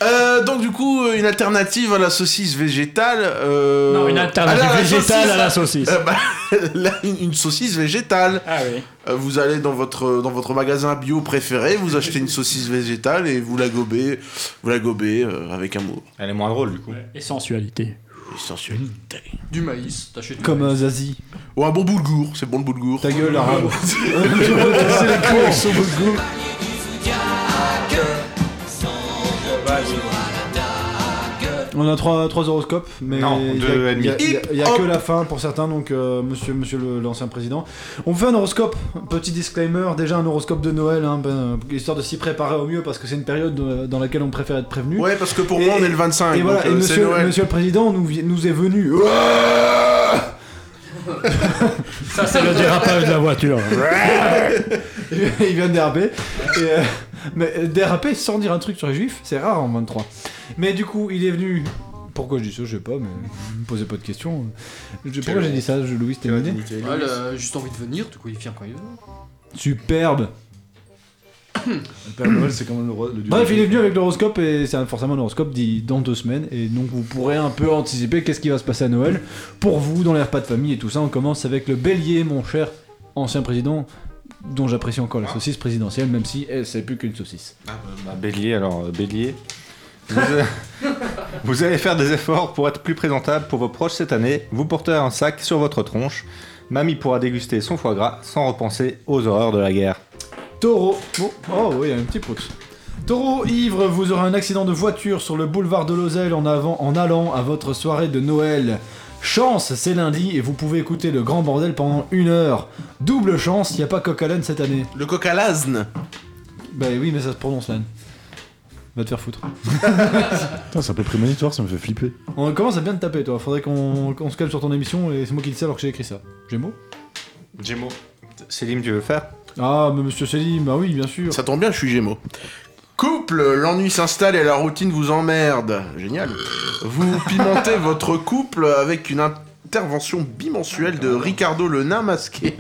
Euh, donc du coup, euh, une alternative à la saucisse végétale. euh, Non, une alternative à la végétale à la saucisse. Euh, bah, là, une, une saucisse végétale. Ah oui. Euh, vous allez dans votre dans votre magasin bio préféré, vous achetez une saucisse végétale et vous la gobez, vous la gobez euh, avec amour. Elle est moins drôle du coup. Et sensualité. Et sensualité. Du maïs, t'achètes du Comme maïs. euh, Zazie. Ou un bon boulgour, c'est bon le boulgour. Ta gueule, arabe. C'est les cons, ils sont boulgour. On a trois, trois horoscopes, mais Non, il y a- deux et il y a, demi. il y a- il y a Hip, que hop. la fin pour certains, donc euh, monsieur, monsieur le- l'ancien président. On fait un horoscope, petit disclaimer, déjà un horoscope de Noël, hein, ben, euh, histoire de s'y préparer au mieux, parce que c'est une période euh, dans laquelle on préfère être prévenu. Ouais, parce que pour Et- moi on est le 25. et donc, voilà, et euh, c'est monsieur, Noël. monsieur le président nous, vi- nous est venu. Oh Ça, c'est le dérapage de la voiture. il vient de déraper. Et, euh, mais euh, déraper sans dire un truc sur les juifs, c'est rare en 23. Mais du coup, il est venu. Pourquoi je dis ça Je sais pas, mais euh, me posez pas de questions. Je- pourquoi j'ai dit ça, je, Louis, c'était une idée Ouais, il a juste envie de venir, du coup il vient quand il veut. Superbe Le Père Noël, c'est quand même le roi. Le dieu Bref, de- il est venu avec l'horoscope et c'est un- forcément un horoscope dit dans deux semaines et donc vous pourrez un peu anticiper qu'est-ce qui va se passer à Noël pour vous dans les repas de famille et tout ça. On commence avec le bélier, mon cher ancien président, dont j'apprécie encore la saucisse présidentielle, même si eh, c'est plus qu'une saucisse. Bah, bélier, alors, euh, bélier. Vous, euh, vous allez faire des efforts pour être plus présentable pour vos proches cette année. Vous porterez un sac sur votre tronche. Mamie pourra déguster son foie gras sans repenser aux horreurs de la guerre. Taureau. Oh, oh oui, il y a un petit pouce. Taureau ivre, vous aurez un accident de voiture sur le boulevard de Lozelle en, avant, en allant à votre soirée de Noël. Chance, c'est lundi et vous pouvez écouter le grand bordel pendant une heure. Double chance, il n'y a pas coq à l'âne cette année. Le coq à l'asne. Bah oui, mais ça se prononce l'âne. Va te faire foutre. Putain, ça s'appelle prémonitoire, ça me fait flipper. On commence à bien te taper, toi. Faudrait qu'on qu'on se calme sur ton émission et c'est moi qui le sais alors que j'ai écrit ça. Gémeaux Gémeaux. Célim, tu veux faire Ah, mais monsieur Selim, bah oui, bien sûr. Ça tombe bien, je suis Gémeaux. Couple, l'ennui s'installe et la routine vous emmerde. Génial. Vous pimentez votre couple avec une intervention bimensuelle de Ricardo le nain masqué.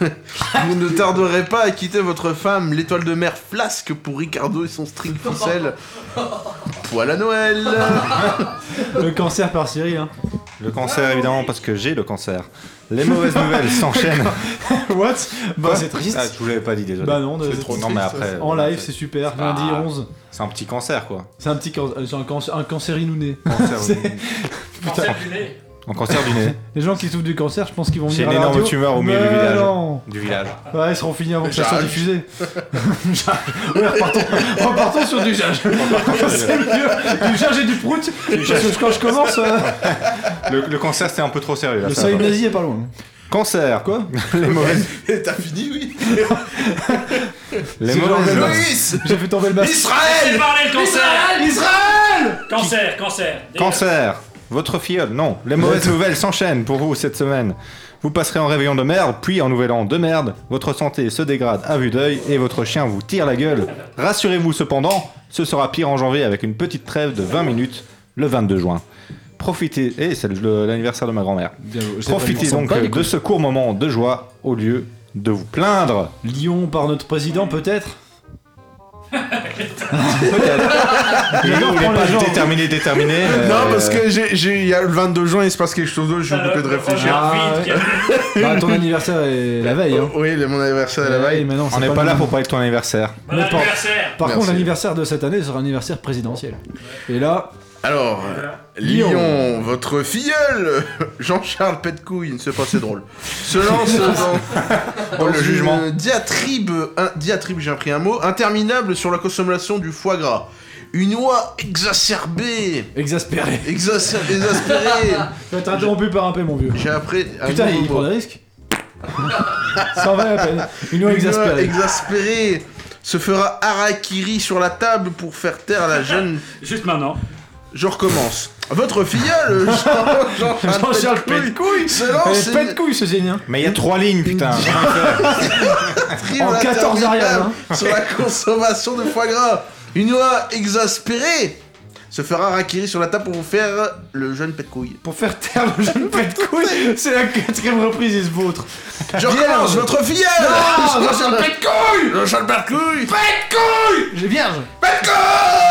vous ne tarderez pas à quitter votre femme, l'étoile de mer flasque pour Ricardo et son string ficelle. Poil à Noël. Le Euh, cancer par Cyril, hein. Le cancer, évidemment, parce que j'ai le cancer. Les mauvaises nouvelles s'enchaînent. What Bah Quoi c'est triste. Ah, je vous l'avais pas dit, désolé. Bah non, c'est c'est trop triste. Non, mais après. euh, En voilà, live, c'est super. Lundi Ah. 11. C'est un petit cancer, quoi. C'est un petit can- euh, c'est un, cancer, un cancer inouné. Cancer, C'est- oui. Un cancer du nez. Les gens qui souffrent du cancer, je pense qu'ils vont J'ai venir une à la énorme radio. tumeur au milieu du Mais village. non. Du village. Ouais, ils seront finis avant que ça soit Jage. diffusé. Jage. ouais, repartons, repartons sur du jage. c'est mieux. Du jage et du prout. Parce que quand je commence, euh, Le, le cancer, c'était un peu trop sérieux. là, le ça va soleil pas. nazi est pas loin. Cancer. Quoi Les mauvaises. T'as fini, oui. Les C'est mauvaises genre- nouvelles. Loïs J'ai fait tomber le Bah, masque. Israël Parlez le cancer Israël Cancer, cancer Cancer. Votre filleule, non. Les mauvaises nouvelles s'enchaînent pour vous cette semaine. Vous passerez en réveillon de merde, puis en nouvel an de merde. Votre santé se dégrade à vue d'œil et votre chien vous tire la gueule. Rassurez-vous cependant, ce sera pire en janvier avec une petite trêve de 20 minutes le 22 juin. Profitez, et c'est le- l'anniversaire de ma grand-mère. Profitez donc euh, de ce court moment de joie au lieu de vous plaindre. Lyon par notre président, peut-être Il J'adore voulait prendre les gens. pas déterminé, déterminé. euh, Non, parce que j'ai, j'ai- il y a le 22 juin, il se passe quelque chose d'autre, je suis occupé de réfléchir. Ah, ouais. Bah, ton anniversaire est la veille. Hein. Oui, mon anniversaire à la Ouais, veille. mais non, On c'est n'est pas, le là moment. pour parler de ton anniversaire. Mais par- Par Merci. contre, l'anniversaire de cette année sera un anniversaire présidentiel. Et là, Alors, euh, Lyon, votre filleul, Jean-Charles Petcouille, ne sais pas, c'est drôle, se lance dans, dans le une jugement. diatribe, un- diatribe, j'ai appris un mot, interminable sur la consommation du foie gras. Une oie exacerbée, exaspéré. exacer- exaspérée. Tu vas être interrompu par un paix, mon vieux. J'ai appris un Putain, nouveau il mot. prend des risques. Ça va à peine. Une loi exaspérée. exaspérée se fera harakiri sur la table pour faire taire la jeune. Juste maintenant. Je recommence. Votre filleule, Jean- Jean- Jean-Charles Jean-Charles couille se lance. Pas de couilles ce génie. Mais il y a trois lignes, putain. Trio En 14 arrières, hein. sur la consommation de foie gras. Une loi exaspérée se fera harakiri sur la table pour vous faire le jeune pet de couille. Pour faire taire le jeune pet de couille C'est la quatrième reprise, il se vautre. Je recommence, votre filleule Non, Jean-Charles Pet de couille Jean-Charles Pet de couille Pet de couille J'ai vierge Pet de couille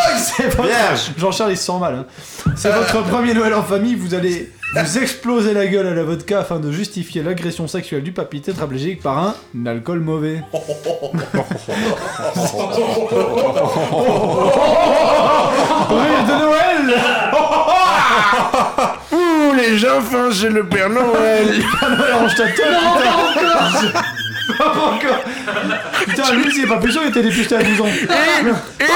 Euh. C'est votre- Vierge. Jean-Charles, il se sent mal. hein. C'est votre premier Noël en famille, vous allez vous exploser la gueule à la vodka afin de justifier l'agression sexuelle du papy tétraplégique par un alcool mauvais. Rire de Noël Ouh, les gens font chez le Père Noël Orange Tatum, Non, putain. pas Pas encore Putain, lui, c'est pas plus chaud, il était député à 12 ans. Et, et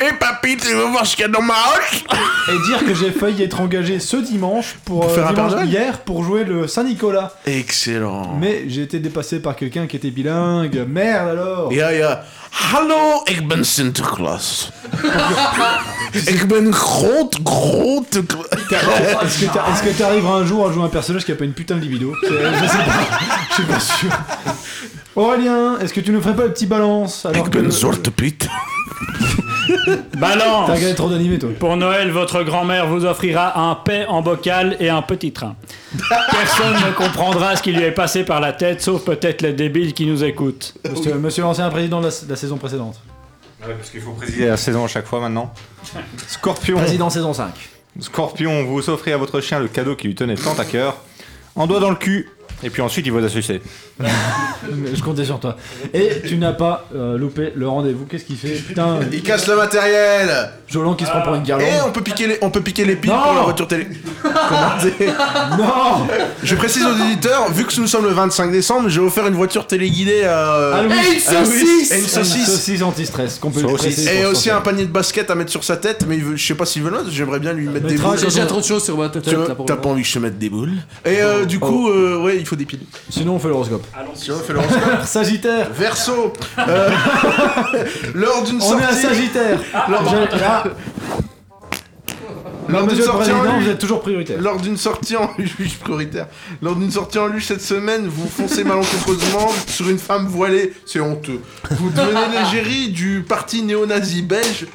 Eh, papy, tu veux voir ce qu'il y a dans ma hoche Et dire que j'ai failli être engagé ce dimanche pour, Pour euh, faire un dimanche Père Noël hier pour jouer le Saint-Nicolas. Excellent. Mais j'ai été dépassé par quelqu'un qui était bilingue. Merde alors Ja, ja. Hallo, ik ben Sinterklaas. ik ben groot, groot. Est-ce que t'a- est-ce que t'arriveras un jour à jouer un personnage qui a pas une putain de libido C'est- Je sais pas, je suis pas sûr. Aurélien, est-ce que tu ne ferais pas le petit balance alors Ik que- ben Zwarte Piet. Balance T'as regardé trop d'animé, toi. Pour Noël, votre grand-mère vous offrira un paix en bocal et un petit train. Personne ne comprendra ce qui lui est passé par la tête, sauf peut-être les débiles qui nous écoutent. Monsieur, monsieur l'ancien président de la, de la saison précédente. parce qu'il faut présider la saison à chaque fois maintenant. Scorpion. Président saison 5. Scorpion, vous offrez à votre chien le cadeau qui lui tenait tant à cœur. Un doigt dans le cul. Et puis ensuite, il vous a sucer. Je comptais sur toi. Et tu n'as pas euh, loupé le rendez-vous. Qu'est-ce qu'il fait Putain, Il casse le matériel. Jolan qui se prend pour une Et guirlande. on peut piquer les, on peut piquer les euh, piles Non. pour la voiture télé. Commandée. Non Je précise aux éditeurs, vu que nous sommes le 25 décembre, j'ai offert une voiture téléguidée à. euh, Ah oui. à Louis. Et une Une saucisse. saucisse anti-stress. qu'on peut Saucisse. stresser Et pour aussi sortir. un panier de basket à mettre sur sa tête, mais il veut- je sais pas s'il veut l'autre, j'aimerais bien lui mettre des Mettra boules. J'ai déjà trop de choses sur ma tête, là, pour le Oh. T'as pas moment. envie que je te mette des boules Et euh, du coup, euh, ouais, il faut des piles. Sinon, on fait l'horoscope. Sinon, on fait l'horoscope. Sagittaire Verso Euh, Lors d'une On sortie. est à Sagittaire Lors- Je- là. Lors d'une Monsieur le sortie en Président, luge- vous êtes toujours prioritaire. Lors d'une sortie en luge prioritaire. Lors d'une sortie en luge cette semaine, vous foncez malencontreusement sur une femme voilée. C'est honteux. Vous devenez l'égérie du parti néo-nazi belge.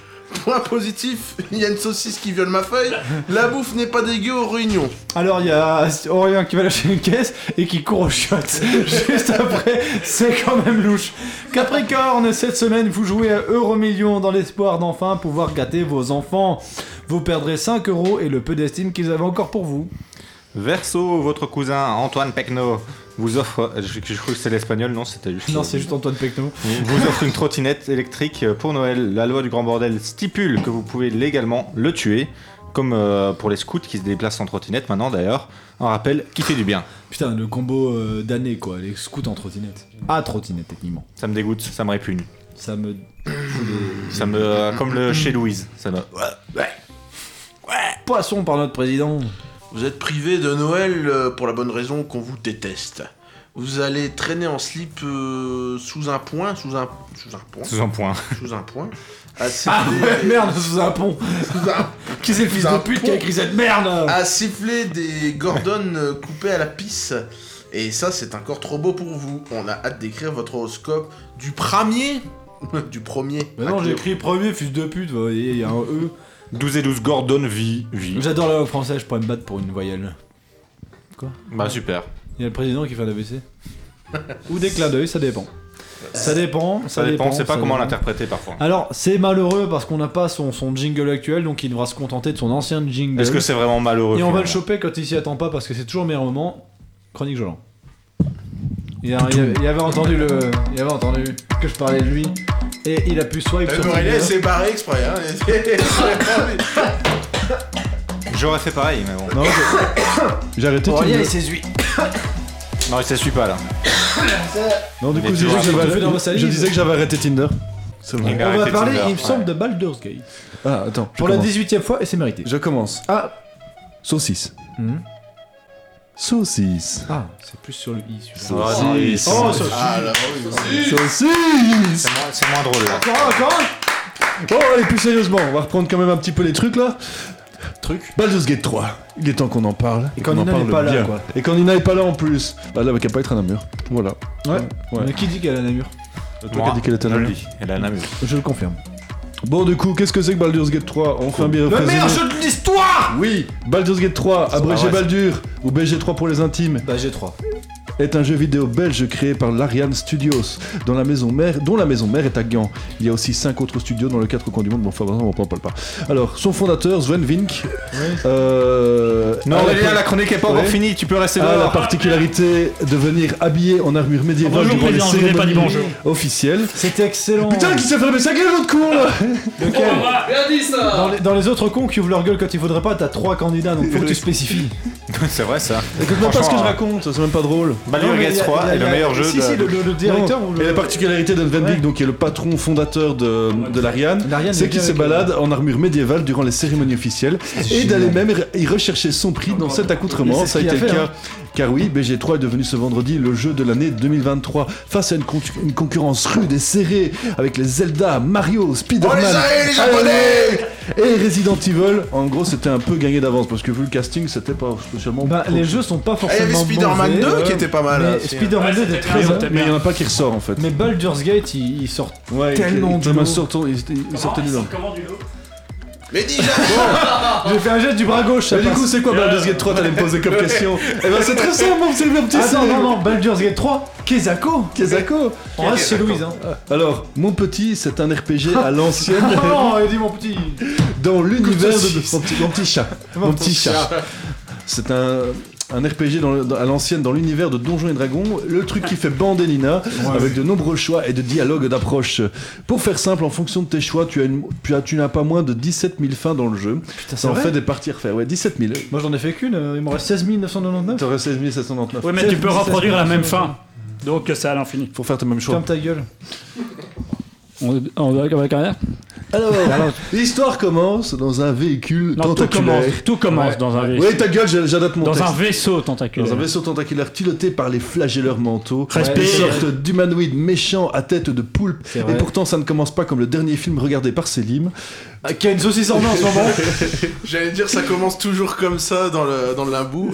Point positif, il y a une saucisse qui viole ma feuille. La bouffe n'est pas dégueu aux réunions. Alors, il y a Aurélien qui va lâcher une caisse et qui court aux chiottes. Juste après, c'est quand même louche. Capricorne, cette semaine, vous jouez à Euromillion dans l'espoir d'enfin pouvoir gâter vos enfants. Vous perdrez 5 euros et le peu d'estime qu'ils avaient encore pour vous. Verso, votre cousin Antoine Pecno vous offre. Je, je crois que c'est l'espagnol, non C'était juste. Non, c'est juste Antoine Pecno. Vous- vous offre une trottinette électrique pour Noël. La loi du grand bordel stipule que vous pouvez légalement le tuer, comme euh, pour les scouts qui se déplacent en trottinette maintenant d'ailleurs. Un rappel qui fait du bien. Putain, le combo euh, d'année quoi, les scouts en trottinette. À trottinette techniquement. Ça me dégoûte, ça me répugne. Ça me. Ça me. euh, comme le chez Louise. Ça me. Poisson par notre président. Vous êtes privé de Noël euh, pour la bonne raison qu'on vous déteste. Vous allez traîner en slip euh, sous un point, sous un, sous un point, Sous un point. sous un point. Assez Ah ouais, merde, sous un pont. Qui c'est le fils de pute qui a écrit cette merde À siffler des Gordon euh, coupés à la pisse. Et ça, c'est encore trop beau pour vous. On a hâte d'écrire votre horoscope du premier. du premier. Bah non, j'ai écrit premier, fils de pute, vous voyez, il y a un E. 12 et 12 Gordon vie, vie. J'adore la langue française, je pourrais me battre pour une voyelle. Quoi Bah super. Il y a le président qui fait un AVC. Ou des clins d'œil, ça dépend. Ça dépend, ça, Ça dépend, on sait pas ça comment dépend. l'interpréter parfois. Alors, c'est malheureux parce qu'on n'a pas son, son jingle actuel, donc il devra se contenter de son ancien jingle. Est-ce que c'est vraiment malheureux Et on va finalement le choper quand il s'y attend pas parce que c'est toujours le meilleur moment. Chronique Jolan. Il, a- il avait- il avait entendu le, il avait entendu que je parlais de lui et il a pu swipe. sur Tinder. Morellet s'est barré exprès. hein. J'aurais fait pareil, mais bon. Non, J'ai arrêté. Aurélien, Tinder. il s'essuie. Non, il s'essuie pas là. Non, du Mais coup, je tu disais vois, que j'avais tout fait dans ma arrêté- salive. je disais que j'avais arrêté Tinder. C'est Il vrai. a On va arrêté parler, Tinder, il me semble, ouais. de Baldur's Gate. Ah, attends. je Pour la commence. 18 e fois et c'est mérité. Je commence. Ah. Saucisse. Mhm. Saucisse. Ah, c'est plus sur le i Ah, celui-là. Saucisse. non, Oh, i. saucisse. Ah, là, oui, saucisse. Saucisse C'est moins drôle. là. Encore, encore Bon, Oh, allez, plus sérieusement, on va reprendre quand même un petit peu les trucs là. Truc Baldur's Gate 3. Il est temps qu'on en parle. Et quand qu'on en Nina parle n'est pas là, bien. quoi. Et quand Nina est pas là en plus. Bah là, bah, qu'elle pas être un Namur. Voilà. Ouais. Mais qui dit qu'elle a Namur Toi qui as dit qu'elle était un je le Namur. dis, elle a un amuse. Je le confirme. Bon, du coup, qu'est-ce que c'est que Baldur's Gate 3 Enfin bien Le représenté. meilleur jeu de l'histoire Oui, Baldur's Gate 3, pas abrégé vrai, ça. Baldur, ou BG3 pour les intimes. Bah, BG3. Est un jeu vidéo belge créé par l'Ariane Studios, dans la maison mère, dont la maison mère est à Gand. Il y a aussi cinq autres studios dans le quatre coins du monde. Bon, enfin, on en parle pas. Alors, son fondateur, Sven Vink. euh, Non, a Aurélien, la chronique est pas encore finie, tu peux rester a la dehors. particularité de venir habillé en armure médiévale Bonjour, durant les président, je n'ai pas dit cérémonies bonjour. officielles. C'était excellent. Putain, qui s'est fait mais ça quel est l'autre con là Bien dit ça dans les, dans les autres cons qui ouvrent leur gueule quand il faudrait pas, t'as trois candidats donc faut que tu spécifies. C'est vrai ça. Écoute même pas ce que je raconte, c'est même pas drôle. Baldur's Gate 3 est le meilleur jeu de- Non, Et la particularité d'Unven Big, donc qui est le patron fondateur de, de l'Ariane, L'Ariane est c'est qu'il bien se avec balade en armure médiévale durant les cérémonies officielles C'est et génial. d'aller même y rechercher son prix dans cet accoutrement. Et c'est ce Ça a qu'il été a le fait, cas. hein. Car oui, BG3 est devenu ce vendredi le jeu de l'année 2023 face à une, con- une concurrence rude et serrée avec les Zelda, Mario, Spider-Man, On Oh, les a eu, les Alan Japonais Wake et Resident Evil. En gros, c'était un peu gagné d'avance parce que vu le casting, c'était pas spécialement. Bah, trop- les jeux sont pas Ah, il y forcément. avait Spider-Man mauvais, 2 qui euh, était pas mal, mais hein, aussi, hein. Spider-Man Ouais, 2 était c'était très bien, bon. c'était Mais il y en a pas qui ressort en fait. Mais Baldur's Gate, il, il sort Ouais, tellement Oh, il- du il- lot. il sortait- il- il sortait du lot. Mais dis J'ai fait un jet du bras gauche. ça Mais du passe. coup, c'est quoi Baldur's Gate 3 T'allais me poser comme question. Eh ben, c'est très simple, mon petit mon petit Attends, Seb. non, non, Baldur's Gate 3, Kezako Kezako On reste chez Louise, hein. Alors, mon petit, c'est un RPG à l'ancienne. Oh non, il dit mon petit. dans l'univers de mon petit, mon petit chat. Mon Mon petit petit chat. chat. C'est un, un RPG dans le- dans- à l'ancienne dans l'univers de Donjons et Dragons, le truc qui fait bander Nina, avec de nombreux choix et de dialogues d'approche. Pour faire simple, en fonction de tes choix, tu as une- tu as- tu n'as pas moins de 17 000 fins dans le jeu. c'est Ça en vrai fait des parties refaires. Ouais, 17 000. Moi j'en ai fait qu'une, euh, il m'en reste 16 999. T'aurais 16 799. Oui, mais tu peux 16 reproduire la même 999. fin. Donc que ça à l'infini. Faut faire ton même Ferme ta gueule. On, on doit on va quand même- Alors, l'histoire commence dans un véhicule Non, tout tentaculaire. commence, tout commence dans un vaisseau. Oui, ta gueule, j'a- j'adapte mon Dans texte. un vaisseau tentaculaire. Dans un vaisseau tentaculaire piloté par les flagelleurs mentaux, Respect. une sorte d'humanoïde méchant à tête de poulpe. vrai. Et pourtant, ça ne commence pas comme le dernier film regardé par Selim. Euh, Qui a une saucisse en main en ce moment. J'allais dire, ça commence toujours comme ça dans le, dans le limbo.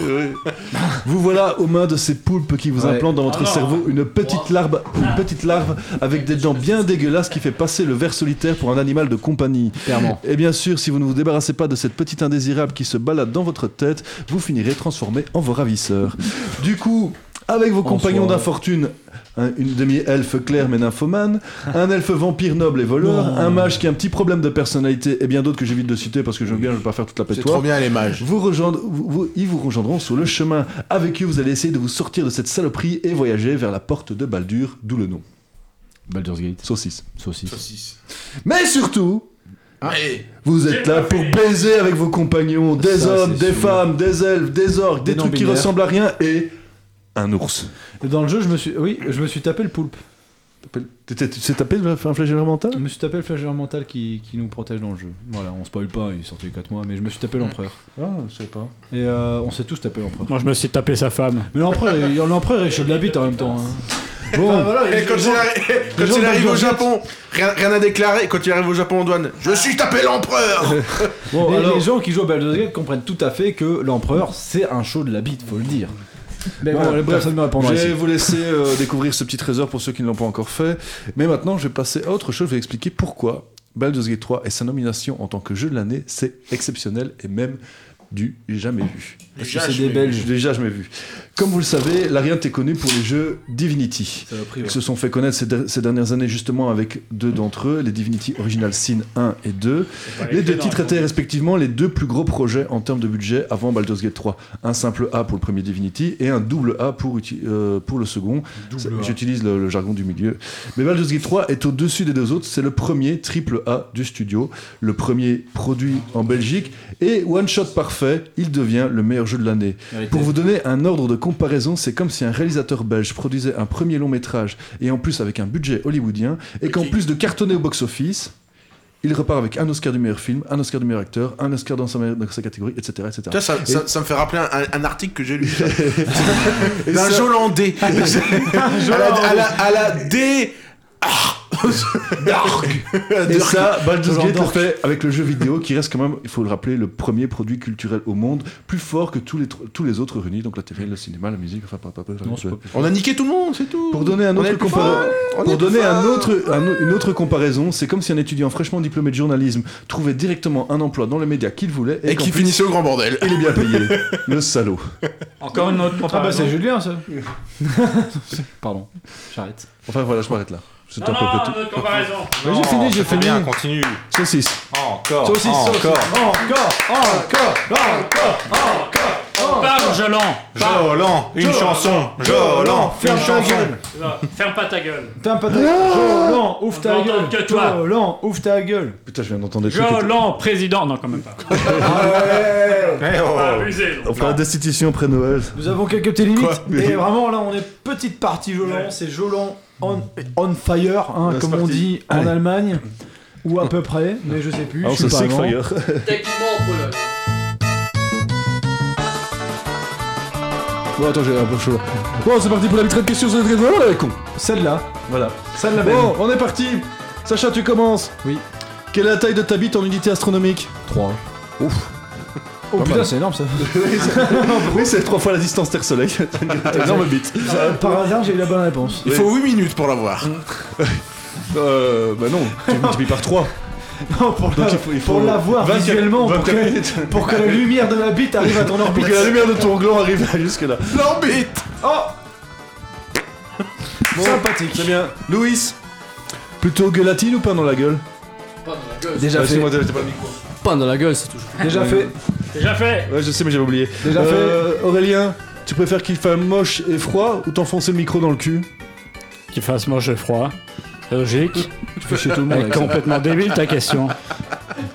Vous voilà aux mains de ces poulpes qui vous Ouais. implantent dans votre Ah non. cerveau une petite larve, une petite larve avec des dents bien dégueulasses qui fait passer le ver solitaire pour un animal de compagnie. Clairement. Et bien sûr, si vous ne vous débarrassez pas de cette petite indésirable qui se balade dans votre tête, vous finirez transformé en vos ravisseurs. Du coup. Avec vos compagnons soi. d'infortune, un- une demi-elfe claire mais nymphomane, un elfe vampire noble et voleur, Non. un mage qui a un petit problème de personnalité et bien d'autres que j'évite de citer parce que j'aime bien, je ne vais pas faire toute la C'est toi. trop bien, les mages. Vous rejoindre- vous- vous- ils vous rejoindront sur le chemin. Avec eux, vous allez essayer de vous sortir de cette saloperie et voyager vers la porte de Baldur, d'où le nom. Baldur's Gate. Saucisse. Saucisse. Mais surtout, Mais- vous êtes là pour baiser avec vos compagnons, des Ça, hommes, c'est des sûr. femmes, des elfes, des orques, des, Des trucs qui non-binaires. ressemblent à rien et un ours. Dans le jeu, je me suis. Oui, je me suis tapé le poulpe. Tu t'es- tu t'es tapé le- un flagelleur mental Je me suis tapé le flageur mental qui, qui nous protège dans le jeu. Voilà, on spoil pas, il est sorti il y a 4 mois, mais je me suis tapé l'empereur. Ah, je sais pas. Et euh, on s'est tous tapé l'empereur. Moi je me suis tapé sa femme. Mais l'empereur, il- l'empereur est chaud de la bite en même temps. hein. Bon, Et quand il, arri- quand les gens il de arrive au Baldur's Gate- Japon, rien, rien à déclarer. Quand il arrive au Japon en douane, je suis tapé l'empereur Bon, les, alors- les gens qui jouent à Baldur's Gate comprennent tout à fait que l'empereur, c'est un show de la bite, faut le dire. Mais bon, Voilà, bref, personne ne me répondra Je vais ici. vous laisser euh, découvrir ce petit trésor pour ceux qui ne l'ont pas encore fait. Mais maintenant, je vais passer à autre chose. Je vais expliquer pourquoi Baldur's Gate 3 et sa nomination en tant que jeu de l'année, c'est exceptionnel et même du jamais vu. Parce que c'est des Belges. Déjà jamais vu. Comme vous le savez, l'Ariane est connue pour les jeux Divinity. Ça l'a pris, ouais. Ils se sont fait connaître ces, der- ces dernières années justement avec deux d'entre eux, les Divinity Original Sin 1 et 2. pas les Les deux clés dans titres la étaient respectivement les deux plus gros projets en termes de budget avant Baldur's Gate 3. Un simple A pour le premier Divinity et un double A pour, uti- euh, pour le second. Ça- A. J'utilise le, le jargon du milieu. Mais Baldur's Gate 3 est au-dessus des deux autres. C'est le premier triple A du studio, le premier produit en Belgique. Et one shot parfait, il devient le meilleur jeu de l'année. Mérité. Pour vous donner un ordre de comparaison, c'est comme si un réalisateur belge produisait un premier long métrage et en plus avec un budget hollywoodien et qu'en plus de cartonner au box-office, il repart avec un Oscar du meilleur film, un Oscar du meilleur acteur, un Oscar dans sa, dans sa catégorie, etc. etc. Tu vois, ça, Et- ça- ça me fait rappeler un, un article que j'ai lu. ça. Et D'un ça- Jolandais. à, la, à, la, à la D. Ah Et ça, Baldur's Gate le Dork. fait avec le jeu vidéo qui reste quand même, il faut le rappeler, le premier produit culturel au monde, plus fort que tous les, tr- tous les autres réunis, donc la télé, le cinéma, la musique, enfin, pas, pas, pas, On a niqué tout le monde, c'est tout. Pour donner un On est autre le plus compara- fort, on est pour le plus donner un fort. autre, un au- une autre comparaison, c'est comme si un étudiant fraîchement diplômé de journalisme trouvait directement un emploi dans les médias qu'il voulait Et qu'en qui plus, finissait au grand bordel. Il est bien payé, le salaud. Encore une autre Ah bah comparaison. c'est Julien ça. Pardon, j'arrête. Enfin voilà, je m'arrête là. C'est Non, à peu non, près tout. notre comparaison. Mais j'ai fini, j'ai fini. continue. Saucisse. Encore. Saucisse, saucisse. encore. Encore, encore, encore, encore, Parle, Jolan. Parle. Jolan, une Jolan. chanson. Jolan, une chanson. C'est ça. Ferme pas ta gueule. T'as pas de. Non. Jolan, ouvre ta On n'entend gueule. que toi. Jolan, ouvre ta gueule. Putain, je viens d'entendre des trucs. Jolan, président. Non, quand même pas. Eh oh. Ah, Abusé. On fera la destitution après Noël. Nous avons quelques petites limites. Quoi et vraiment, là, on est petite partie Jolan. C'est Jolan on, on fire, hein, Ouais, comme c'est on parti. dit en Allez. Allemagne. Ou à peu près, mais je sais plus. Ah, on je suis se pas sick allemand. fire. Techniquement, en Pologne. Bon, attends, j'ai un peu chaud là. Bon, c'est parti pour la vitrine de questions sur les Oh, traits de voilà, les cons. Celle-là. Voilà. Celle-là Bon, on est parti. Sacha, tu commences. Oui. Quelle est la taille de ta bite en unité astronomique 3. Ouf. Oh Pas putain, mal. c'est énorme ça. oui, c'est- oui, c'est trois fois la distance Terre-Soleil. T'as une énorme bite. Euh, Par Mmh. hasard, j'ai eu la bonne réponse. Il faut 8 minutes pour l'avoir. Euh, bah non, tu multiplies par 3. Non, pour Donc la, il faut- il faut- pour la voir 24 visuellement, pour 24 que, minutes. pour que la lumière de ma bite arrive à ton Pour orbite. que la lumière de ton gland arrive à- jusque-là. L'orbite Oh Bon, Sympathique. Très bien. Louis, plutôt gueulatine ou pas dans la gueule Pas dans la gueule. Déjà Ouais, fait. c'est moi, t'as pas le micro. Pas dans la gueule, c'est toujours. Déjà fait. Déjà fait. Ouais, je sais, mais j'avais oublié. Déjà Euh, Aurélien, tu préfères qu'il fasse moche et froid ou t'enfoncer le micro dans le cul Qu'il fasse moche et froid. Logique. Tu fais chier tout le monde Elle est avec ça. complètement débile ta question.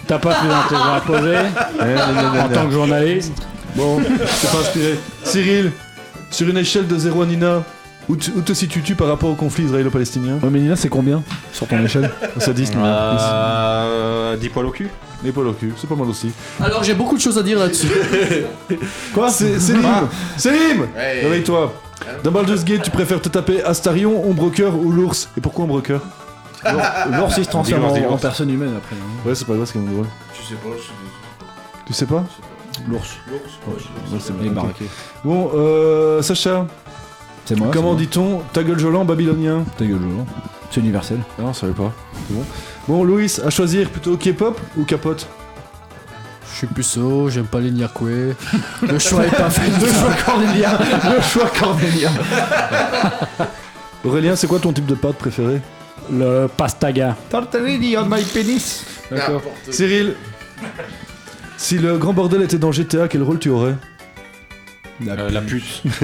T'as pas plus d'intérêt à poser en tant que journaliste. Bon, je t'ai pas inspiré. Cyril, sur une échelle de 0 à Nina, où, tu- où te situes-tu par rapport au conflit israélo-palestinien Ouais, mais Nina, c'est combien sur ton échelle Ça 10, Nina. Euh, 10 poils au cul. Les poils au cul, c'est pas mal aussi. Alors j'ai beaucoup de choses à dire là-dessus. Quoi C'est Célim Célim Ouais. Réveille-toi Dans Baldur's Gate, tu préfères te taper Astarion, Ombrecoeur ou l'ours Et pourquoi Ombrecoeur L'ours, il se transforme Dis-leur, en, dis-leur. en personne humaine après. hein. Ouais, c'est pas vrai, c'est quand même drôle. Tu sais pas, Tu sais pas L'ours. Ouais, c'est Il est ok. marqué. Bon, euh, Sacha, C'est moi. comment dit dit-on ta gueule jolant babylonien Ta gueule, Jolan. C'est universel. Non, ça savais pas. C'est bon. Bon, Louis, à choisir plutôt K-pop ou capote Je suis puceau, j'aime pas les Niakwe. Le choix est pas fait. Le choix Cornelia. Le choix Cornelia. Aurélien, c'est quoi ton type de pâte préféré Le pastaga. Tartarini on my penis. D'accord. Cyril, si le grand bordel était dans GTA, quel rôle tu aurais Euh, la puce.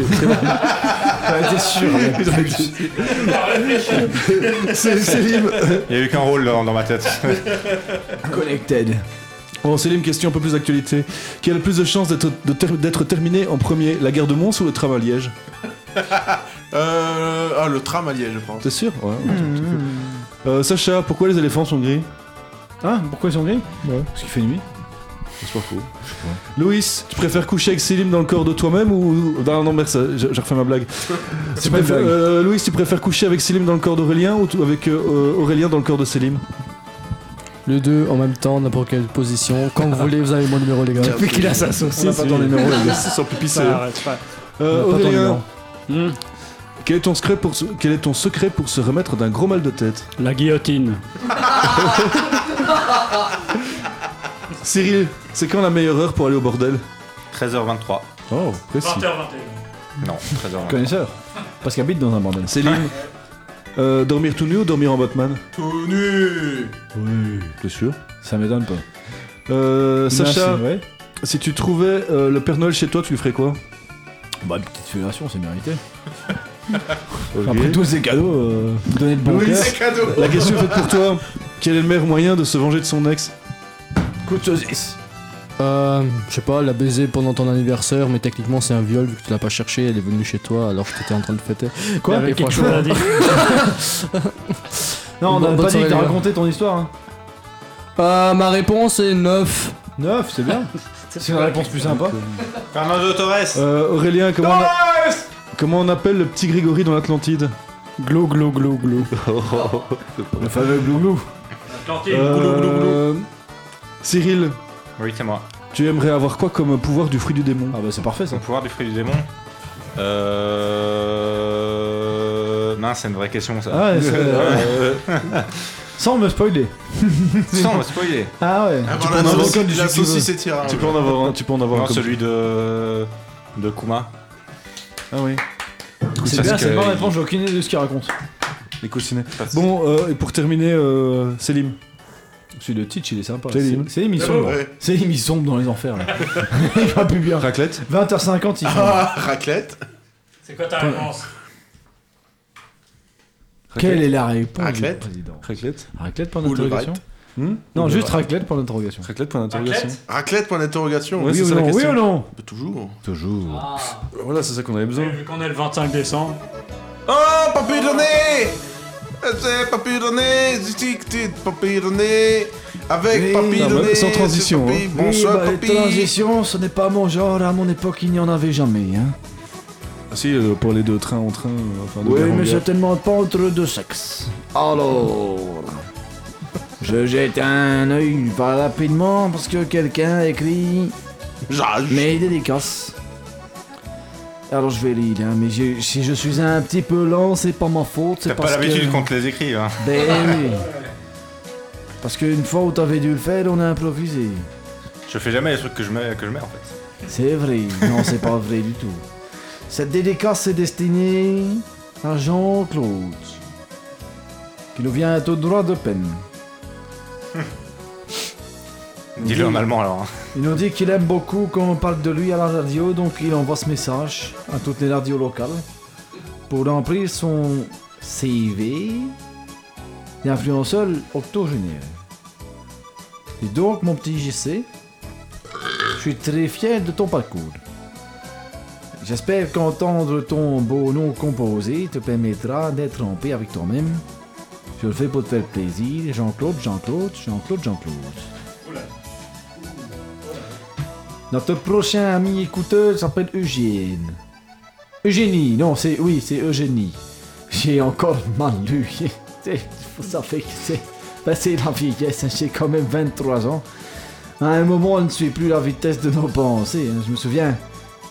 T'es sûr. C'est Célim. Il y a eu qu'un rôle là, dans ma tête. Connected. Bon, Célim, question un peu plus d'actualité. Qui a le plus de chances d'être de ter- d'être terminé en premier La guerre de Mons ou le tram à Liège Euh, ah, le tram à Liège, je pense. T'es sûr Ouais. Hmm. Euh, Sacha, pourquoi les éléphants sont gris Hein Pourquoi ils sont gris Ouais. Parce qu'il fait nuit. C'est pas faux. Louis, tu préfères coucher avec Célim dans le corps de toi-même ou. Non, non, merde, ça- je, je refais ma blague. Tu pas une préfères- blague. euh, Louis, tu préfères coucher avec Célim dans le corps d'Aurélien ou t- avec euh, Aurélien dans le corps de Célim Les deux en même temps, n'importe quelle position. Quand vous voulez, vous avez mon numéro, les gars. Depuis qu'il a sa On n'a saucisse. pas ton numéro, les gars, c'est sans pisser. Ça arrête pas. Euh, On n'a pas ton Aurélien, Hmm. quel est, ton secret pour se... quel est ton secret pour se remettre d'un gros mal de tête La guillotine. Cyril, c'est quand la meilleure heure pour aller au bordel 13h23. Oh, précis. 20h21. Non, 13h23. Connaisseur. Parce qu'il habite dans un bordel. Céline, euh, dormir tout nu ou dormir en Batman Tout nu Oui, t'es sûr Ça m'étonne pas. euh, Sacha, Merci, ouais. si tu trouvais euh, le Père Noël chez toi, tu lui ferais quoi Bah, une petite fédération, c'est mérité. Ok. Après tous ces cadeaux, euh, donner le bon Oui, cœur. c'est- C'est cadeau La question est faite pour toi. Quel est le meilleur moyen de se venger de son ex Coup de saucisse. Euh, je sais pas, la baiser pendant ton anniversaire, mais techniquement c'est un viol vu que tu l'as pas cherché, elle est venue chez toi alors que t'étais en train de fêter. Quoi Mais Avec quelque chose franchement, à dire. Non, on Bon, n'a bonne pas dit soirée, que t'as les gars. raconté ton histoire. Hein. Euh, ma réponse est 9. 9, c'est bien. C'est une réponse plus sympa. Fernando Torres Euh, Aurélien, comment on, a- comment on appelle le petit Grégory dans l'Atlantide Oh, Glou glou glou glou. le fameux glou glou. L'Atlantide, Euh, Cyril, Oui, c'est moi. tu aimerais avoir quoi comme pouvoir du fruit du démon Ah bah c'est parfait Son pouvoir du fruit du démon Euh. Mince, c'est une vraie question ça. Ah ouais, c'est- Sans me spoiler. Sans me spoiler. Ah ouais. Tu peux en avoir que du jus que tu veux. Tu peux en avoir un, tu peux en avoir Non, un comme- celui de. de Kuma. Ah oui. C'est Parce bien, c'est que pas il- réponse, j'ai aucune idée de ce qu'il raconte. Les coussinets. Bon, euh, et pour terminer, euh, Selim. Celui de Teach, il est sympa. C'est C'est c'est Lim, il sombre. C'est Lim, il sombre dans les enfers là. il va plus bien. Raclette 20h50, il Ah, sombre. raclette C'est quoi ta Ouais. réponse Quelle est la réponse Raclette. du président Raclette Hmm Raclette point Ou le d'interrogation bite. Non, Ou le juste bite. raclette point d'interrogation. Raclette point Raclette point d'interrogation. Oui ou non, oui ou non Bah, Toujours. Toujours. Voilà, c'est ça qu'on avait besoin. Vu qu'on est le 25 décembre. Oh, papy René C'est papy René Ziti, ziti, papy René Avec papy Ah, bah, non, René mais sans transition, c'est papy. hein. Bonsoir, oui, bah, papy les transitions, ce n'est pas mon genre. À mon époque, il n'y en avait jamais. Hein. Ah si, euh, pour les deux trains en train. euh, enfin, de Oui, guerre mais en guerre. certainement pas entre deux sexes. Alors, je jette un œil pas rapidement parce que quelqu'un a écrit. Mais dédicace. Alors je vais lire, hein, mais j'ai- si je suis un petit peu lent, c'est pas ma faute. c'est T'as pas parce l'habitude que... qu'on te les écrive, hein. Ben oui. Parce qu'une fois où t'avais dû le faire, on a improvisé. Je fais jamais les trucs que je mets, que je mets en fait. C'est vrai. Non, c'est pas vrai du tout. Cette dédicace est destinée à Jean-Claude, qui nous vient tout droit de peine. Dis-le en allemand alors. hein. Il nous dit qu'il aime beaucoup quand on parle de lui à la radio, donc il envoie ce message à toutes les radios locales pour remplir son CV d'influenceur octogénaire. Et donc, mon petit JC, je suis très fier de ton parcours. J'espère qu'entendre ton beau nom composé te permettra d'être en paix avec toi-même. Je le fais pour te faire plaisir. Jean-Claude, Jean-Claude, Jean-Claude, Jean-Claude. Notre prochain ami écouteur s'appelle Eugène. Eugénie, non, c'est. Oui, c'est Eugénie. J'ai encore mal lu. C'est- Vous savez que c'est. ben, c'est la vieillesse, hein, j'ai quand même 23 ans. À un moment, on ne suit plus la vitesse de nos pensées. hein. Je me souviens,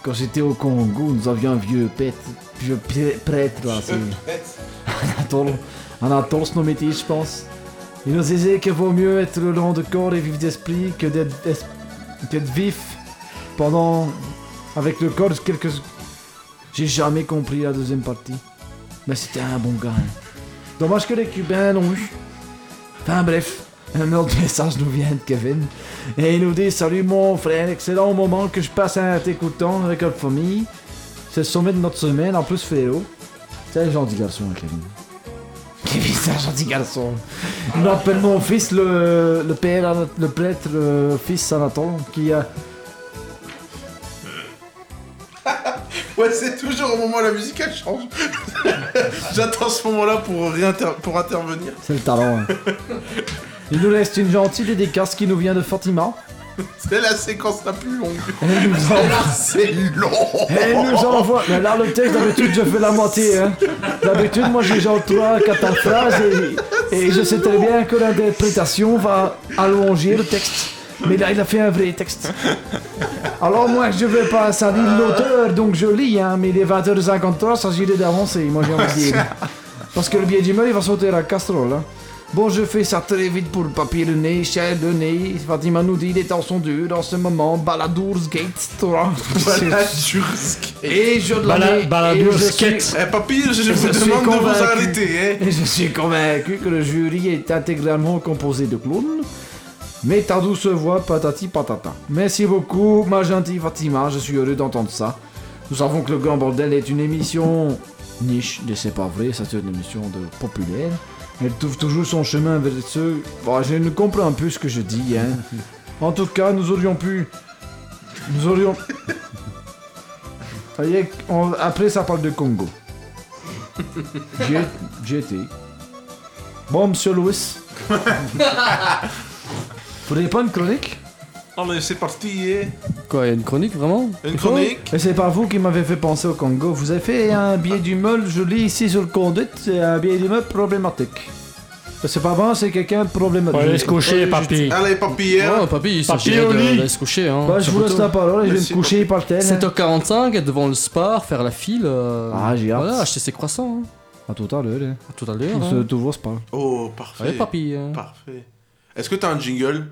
quand j'étais au Congo, nous avions un vieux pète- vieux prê- prêtre. là, c'est- Anatole, Anatole se nommait-il, je pense. Il nous disait qu'il vaut mieux être lent de corps et vif d'esprit que d'être es- qu'être vif pendant. avec le corps quelques. J'ai jamais compris la deuxième partie. Mais c'était un bon gars. hein. Dommage que les Cubains l'ont eu. Enfin bref, un autre message nous vient de Kevin. Et il nous dit Salut mon frère, excellent moment que je passe à t'écoutant avec notre famille. C'est le sommet de notre semaine, en plus frérot. C'est un gentil garçon, hein, Kevin. Kevin, c'est un gentil garçon. Il appelle mon fils le, le père, Ana- le prêtre, le fils Anatole, qui a. Ouais, c'est toujours au moment où la musique elle change. J'attends ce moment-là pour, réinter... pour intervenir. C'est le talent. hein. Il nous laisse une gentille dédicace qui nous vient de Fatima. C'est la séquence la plus longue. Elle nous envoie. C'est long Elle nous envoie. Mais là, le texte, d'habitude, je fais la moitié. Hein. D'habitude, moi, j'ai genre 3, 4 phrases et, et je sais très bien que l'interprétation va allonger le texte. Mais là, il a fait un vrai texte. Alors, moi, je veux pas salir l'auteur, donc je lis, hein, mais il est 20h53, ça s'agit d'avancer, moi, j'ai envie de dire. Parce que le billet d'humeur, il va sauter à la casserole. hein. Bon, je fais ça très vite pour le papier, le nez, cher le nez. Fatima nous dit les temps sont durs en ce moment. Baladour's Gate. Et je de Bala- l'année. Baladour's et je suis- Gate. Eh, papy, je, et vous je suis demande de vous convaincu- arrêter, hein Et je suis convaincu que le jury est intégralement composé de clowns. Mais ta douce voix, patati patata. Merci beaucoup, ma gentille Fatima, je suis heureux d'entendre ça. Nous savons que le Grand Bordel est une émission niche, mais c'est pas vrai, ça, c'est une émission de populaire. Elle trouve toujours son chemin vers ceux... Bon, je ne comprends plus ce que je dis, hein. En tout cas, nous aurions pu... Nous aurions... Ça y est, on- Après, ça parle de Congo. J'y ai- J'y étais. Bon, monsieur Louis. Vous n'avez pas une chronique Allez, c'est parti. eh. Quoi, il y a une chronique vraiment Une chronique Et c'est par vous qui m'avez fait penser au Congo. Vous avez fait un billet d'humeur, je lis ici sur le conduit, c'est un billet d'humeur problématique. C'est pas bon, c'est quelqu'un de problématique. Allez se coucher, papy. Allez, papy. hein. Ouais, papy, il s'agirait au de- lit. d'aller se coucher. Hein, Bah, je vous laisse la parole et je vais me coucher par le tel. 7h45, être devant le spar, faire la file. euh, Ah, j'ai hâte. Voilà, acheter ses croissants. hein. À tout à l'heure. À tout à l'heure. On hein. se toujours pas. Oh, parfait. Allez, papy. hein. Parfait. Est-ce que t'as un jingle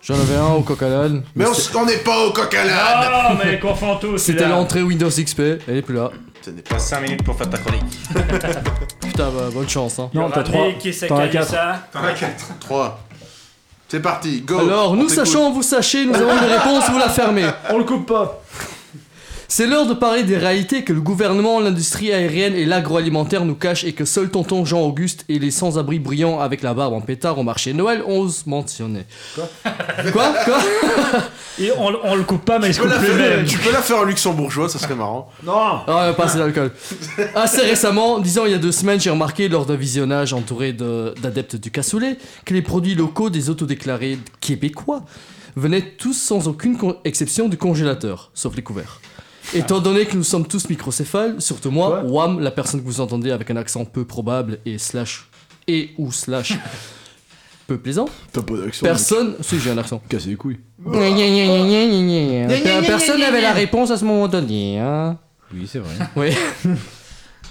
J'en avais un au Coca-Cola. Mais on s- on n'est pas au coq à l'âne Ah, mais confond tout. C'était l'entrée Windows XP, elle est plus là. Ce n'est pas 5 minutes pour faire ta chronique. Putain, bah, bonne chance. Hein. Non, t'as trois. T'en as quatre. T'en as 4. 3. C'est parti, go Alors, On nous t'écoute. sachons, vous sachez, nous avons une réponse, vous la fermez. On le coupe pas. C'est l'heure de parler des réalités que le gouvernement, l'industrie aérienne et l'agroalimentaire nous cachent et que seul tonton Jean-Auguste et les sans-abri brillants avec la barbe en pétard au marché de Noël osent mentionner. Quoi Quoi Et on, on le coupe pas, mais il se Tu peux coupe la lui-même. faire- Tu peux la faire en luxembourgeois, ça serait marrant. Non Ah, pas assez d'alcool. Assez récemment, disons il y a deux semaines, j'ai remarqué lors d'un visionnage entouré de- d'adeptes du cassoulet que les produits locaux des autodéclarés québécois venaient tous sans aucune con- exception du congélateur, sauf les couverts. Ah. Étant donné que nous sommes tous microcéphales, surtout moi, Wam, la personne que vous entendez avec un accent peu probable et slash et ou slash peu plaisant, T'as pas d'action. personne, si j'ai un accent, Casser les couilles. personne n'avait la réponse à ce moment donné. Hein. Oui, c'est vrai. Oui.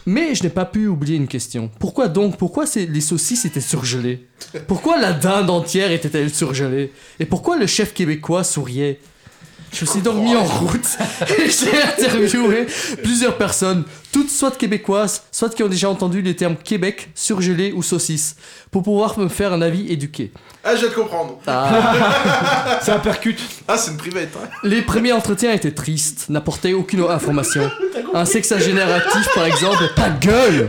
Mais je n'ai pas pu oublier une question. Pourquoi donc Pourquoi c'est- les saucisses étaient surgelées Pourquoi la dinde entière était-elle surgelée Et pourquoi le chef québécois souriait Je me suis donc mis en route et j'ai interviewé plusieurs personnes, toutes soit québécoises, soit qui ont déjà entendu les termes Québec, surgelé ou saucisse, pour pouvoir me faire un avis éduqué. Ah, je vais te comprendre. Ah. Ça percute. Ah, c'est une privette. hein. Les premiers entretiens étaient tristes, n'apportaient aucune information. Un sexagénaire actif, par exemple, ta gueule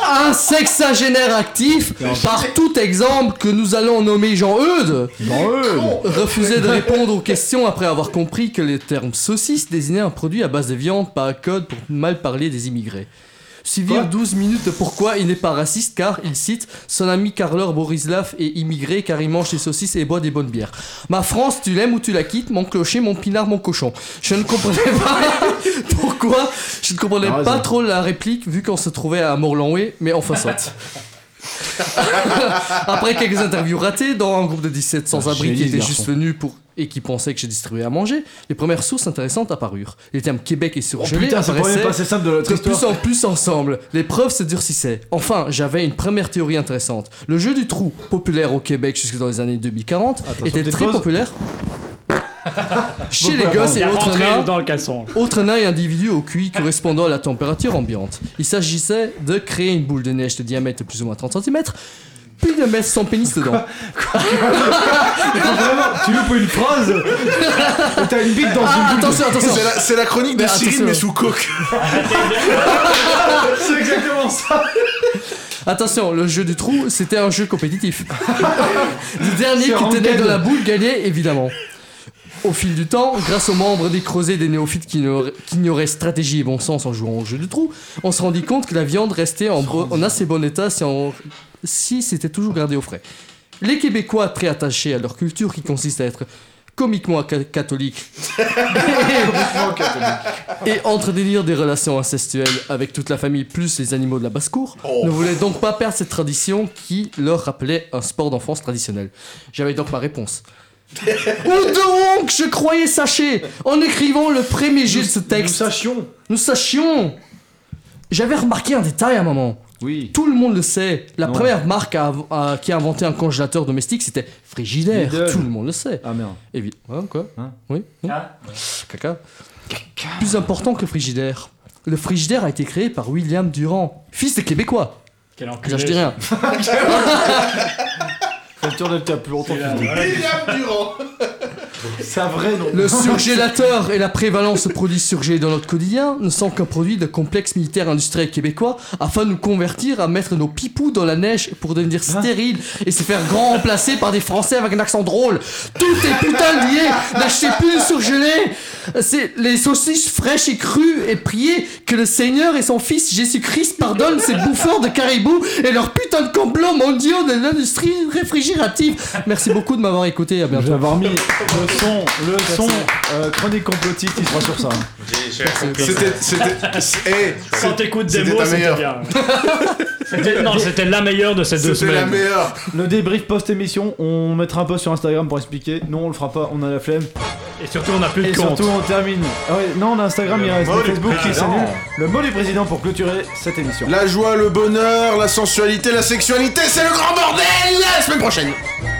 Un sexagénaire actif, par tout exemple que nous allons nommer Jean-Eudes, refusait de répondre aux questions après avoir compris que les termes saucisse désignaient un produit à base de viande, pas un code pour mal parler des immigrés. Suivirent 12 minutes de pourquoi il n'est pas raciste car il cite son ami Carlor Borislav est immigré car il mange des saucisses et boit des bonnes bières. Ma France, tu l'aimes ou tu la quittes, mon clocher, mon pinard, mon cochon. Je ne comprenais pas pourquoi, je ne comprenais Ah, pas raison. trop la réplique vu qu'on se trouvait à Morlanoué, mais enfin soit. Après quelques interviews ratées dans un groupe de 17 Ah, sans-abri qui Génie, ce était garçon. juste venu pour et qui pensait que j'ai distribué à manger, les premières sources intéressantes apparurent. Les termes Québec et surgelé Oh putain, c'est pas apparaissaient même passé simple de notre histoire. plus en plus ensemble. Les preuves se durcissaient. Enfin, j'avais une première théorie intéressante. Le jeu du trou, populaire au Québec jusque dans les années 2040, était petite très pause. populaire chez les Bon, gosses il et a autres rentré nains. dans le casson. Autre nain et individu au QI correspondant à la température ambiante. Il s'agissait de créer une boule de neige de diamètre de plus ou moins 30 cm, puis de mettre son pénis dedans. Vraiment, tu loupes une phrase et T'as une bite dans Ah, une boule de- attention, attention. C'est la, c'est la chronique de Mais Cyril, attention. mais sous coke. C'est exactement ça Attention, le jeu du trou, c'était un jeu compétitif. le dernier C'est qui tenait Ranken. de la boule gagnait, évidemment. Au fil du temps, grâce aux membres décrosés des néophytes qui ignoraient- qui ignoraient stratégie et bon sens en jouant au jeu du trou, on se rendit compte que la viande restait en, bo- en assez bon état si, on- si c'était toujours gardé au frais. Les Québécois, très attachés à leur culture qui consiste à être comiquement ca- catholiques et entretenir des relations incestuelles avec toute la famille plus les animaux de la basse-cour, ne voulaient donc pas perdre cette tradition qui leur rappelait un sport d'enfance traditionnel. J'avais donc ma réponse. Où donc je croyais sachez en écrivant le premier jet de ce texte Nous sachions Nous sachions J'avais remarqué un détail à un moment. Oui. Tout le monde le sait. La première marque à- à- qui a inventé un congélateur domestique, c'était Frigidaire. Lidl. Tout le monde le sait. Ah merde. Hein. Évidemment. quoi Oui non Caca. Plus important que Frigidaire. Le Frigidaire a été créé par William Durand, fils des Québécois. Quel Ah, enculé. Je dis rien. Faut le tourner le plus longtemps. C'est la- que je dis. voilà. William Durand. C'est un vrai nom. Le surgélateur et la prévalence de produits surgés dans notre quotidien ne sont qu'un produit de complexe militaire industriel québécois afin de nous convertir à mettre nos pipous dans la neige pour devenir stériles et se faire grand remplacer par des Français avec un accent drôle. Tout est putain lié. N'achetez plus le surgelé. C'est les saucisses fraîches et crues et priez que le Seigneur et son Fils Jésus-Christ pardonnent ces bouffeurs de caribou et leur putain de complot mondiaux de l'industrie réfrigérative. Merci beaucoup de m'avoir écouté. À bientôt. D'avoir mis le son, le son euh, chronique complotiste, il sera sur ça. hein. C'était. C'était. c'est- hey, Quand Eh, c'est- t'écoutes des c'était mots, ta c'était meilleure. bien. C'était- non, c'était la meilleure de ces deux C'était la semaines. meilleure. Le débrief post-émission, on mettra un post sur Instagram pour expliquer. Non, on le fera pas, on a la flemme. Et surtout, on a plus de Et compte. surtout, on termine. Ah ouais, non, on a Instagram, Le il y a mot du Facebook qui président. s'annule. Le mot du président pour clôturer cette émission. La joie, le bonheur, la sensualité, la sexualité, c'est le grand bordel La semaine prochaine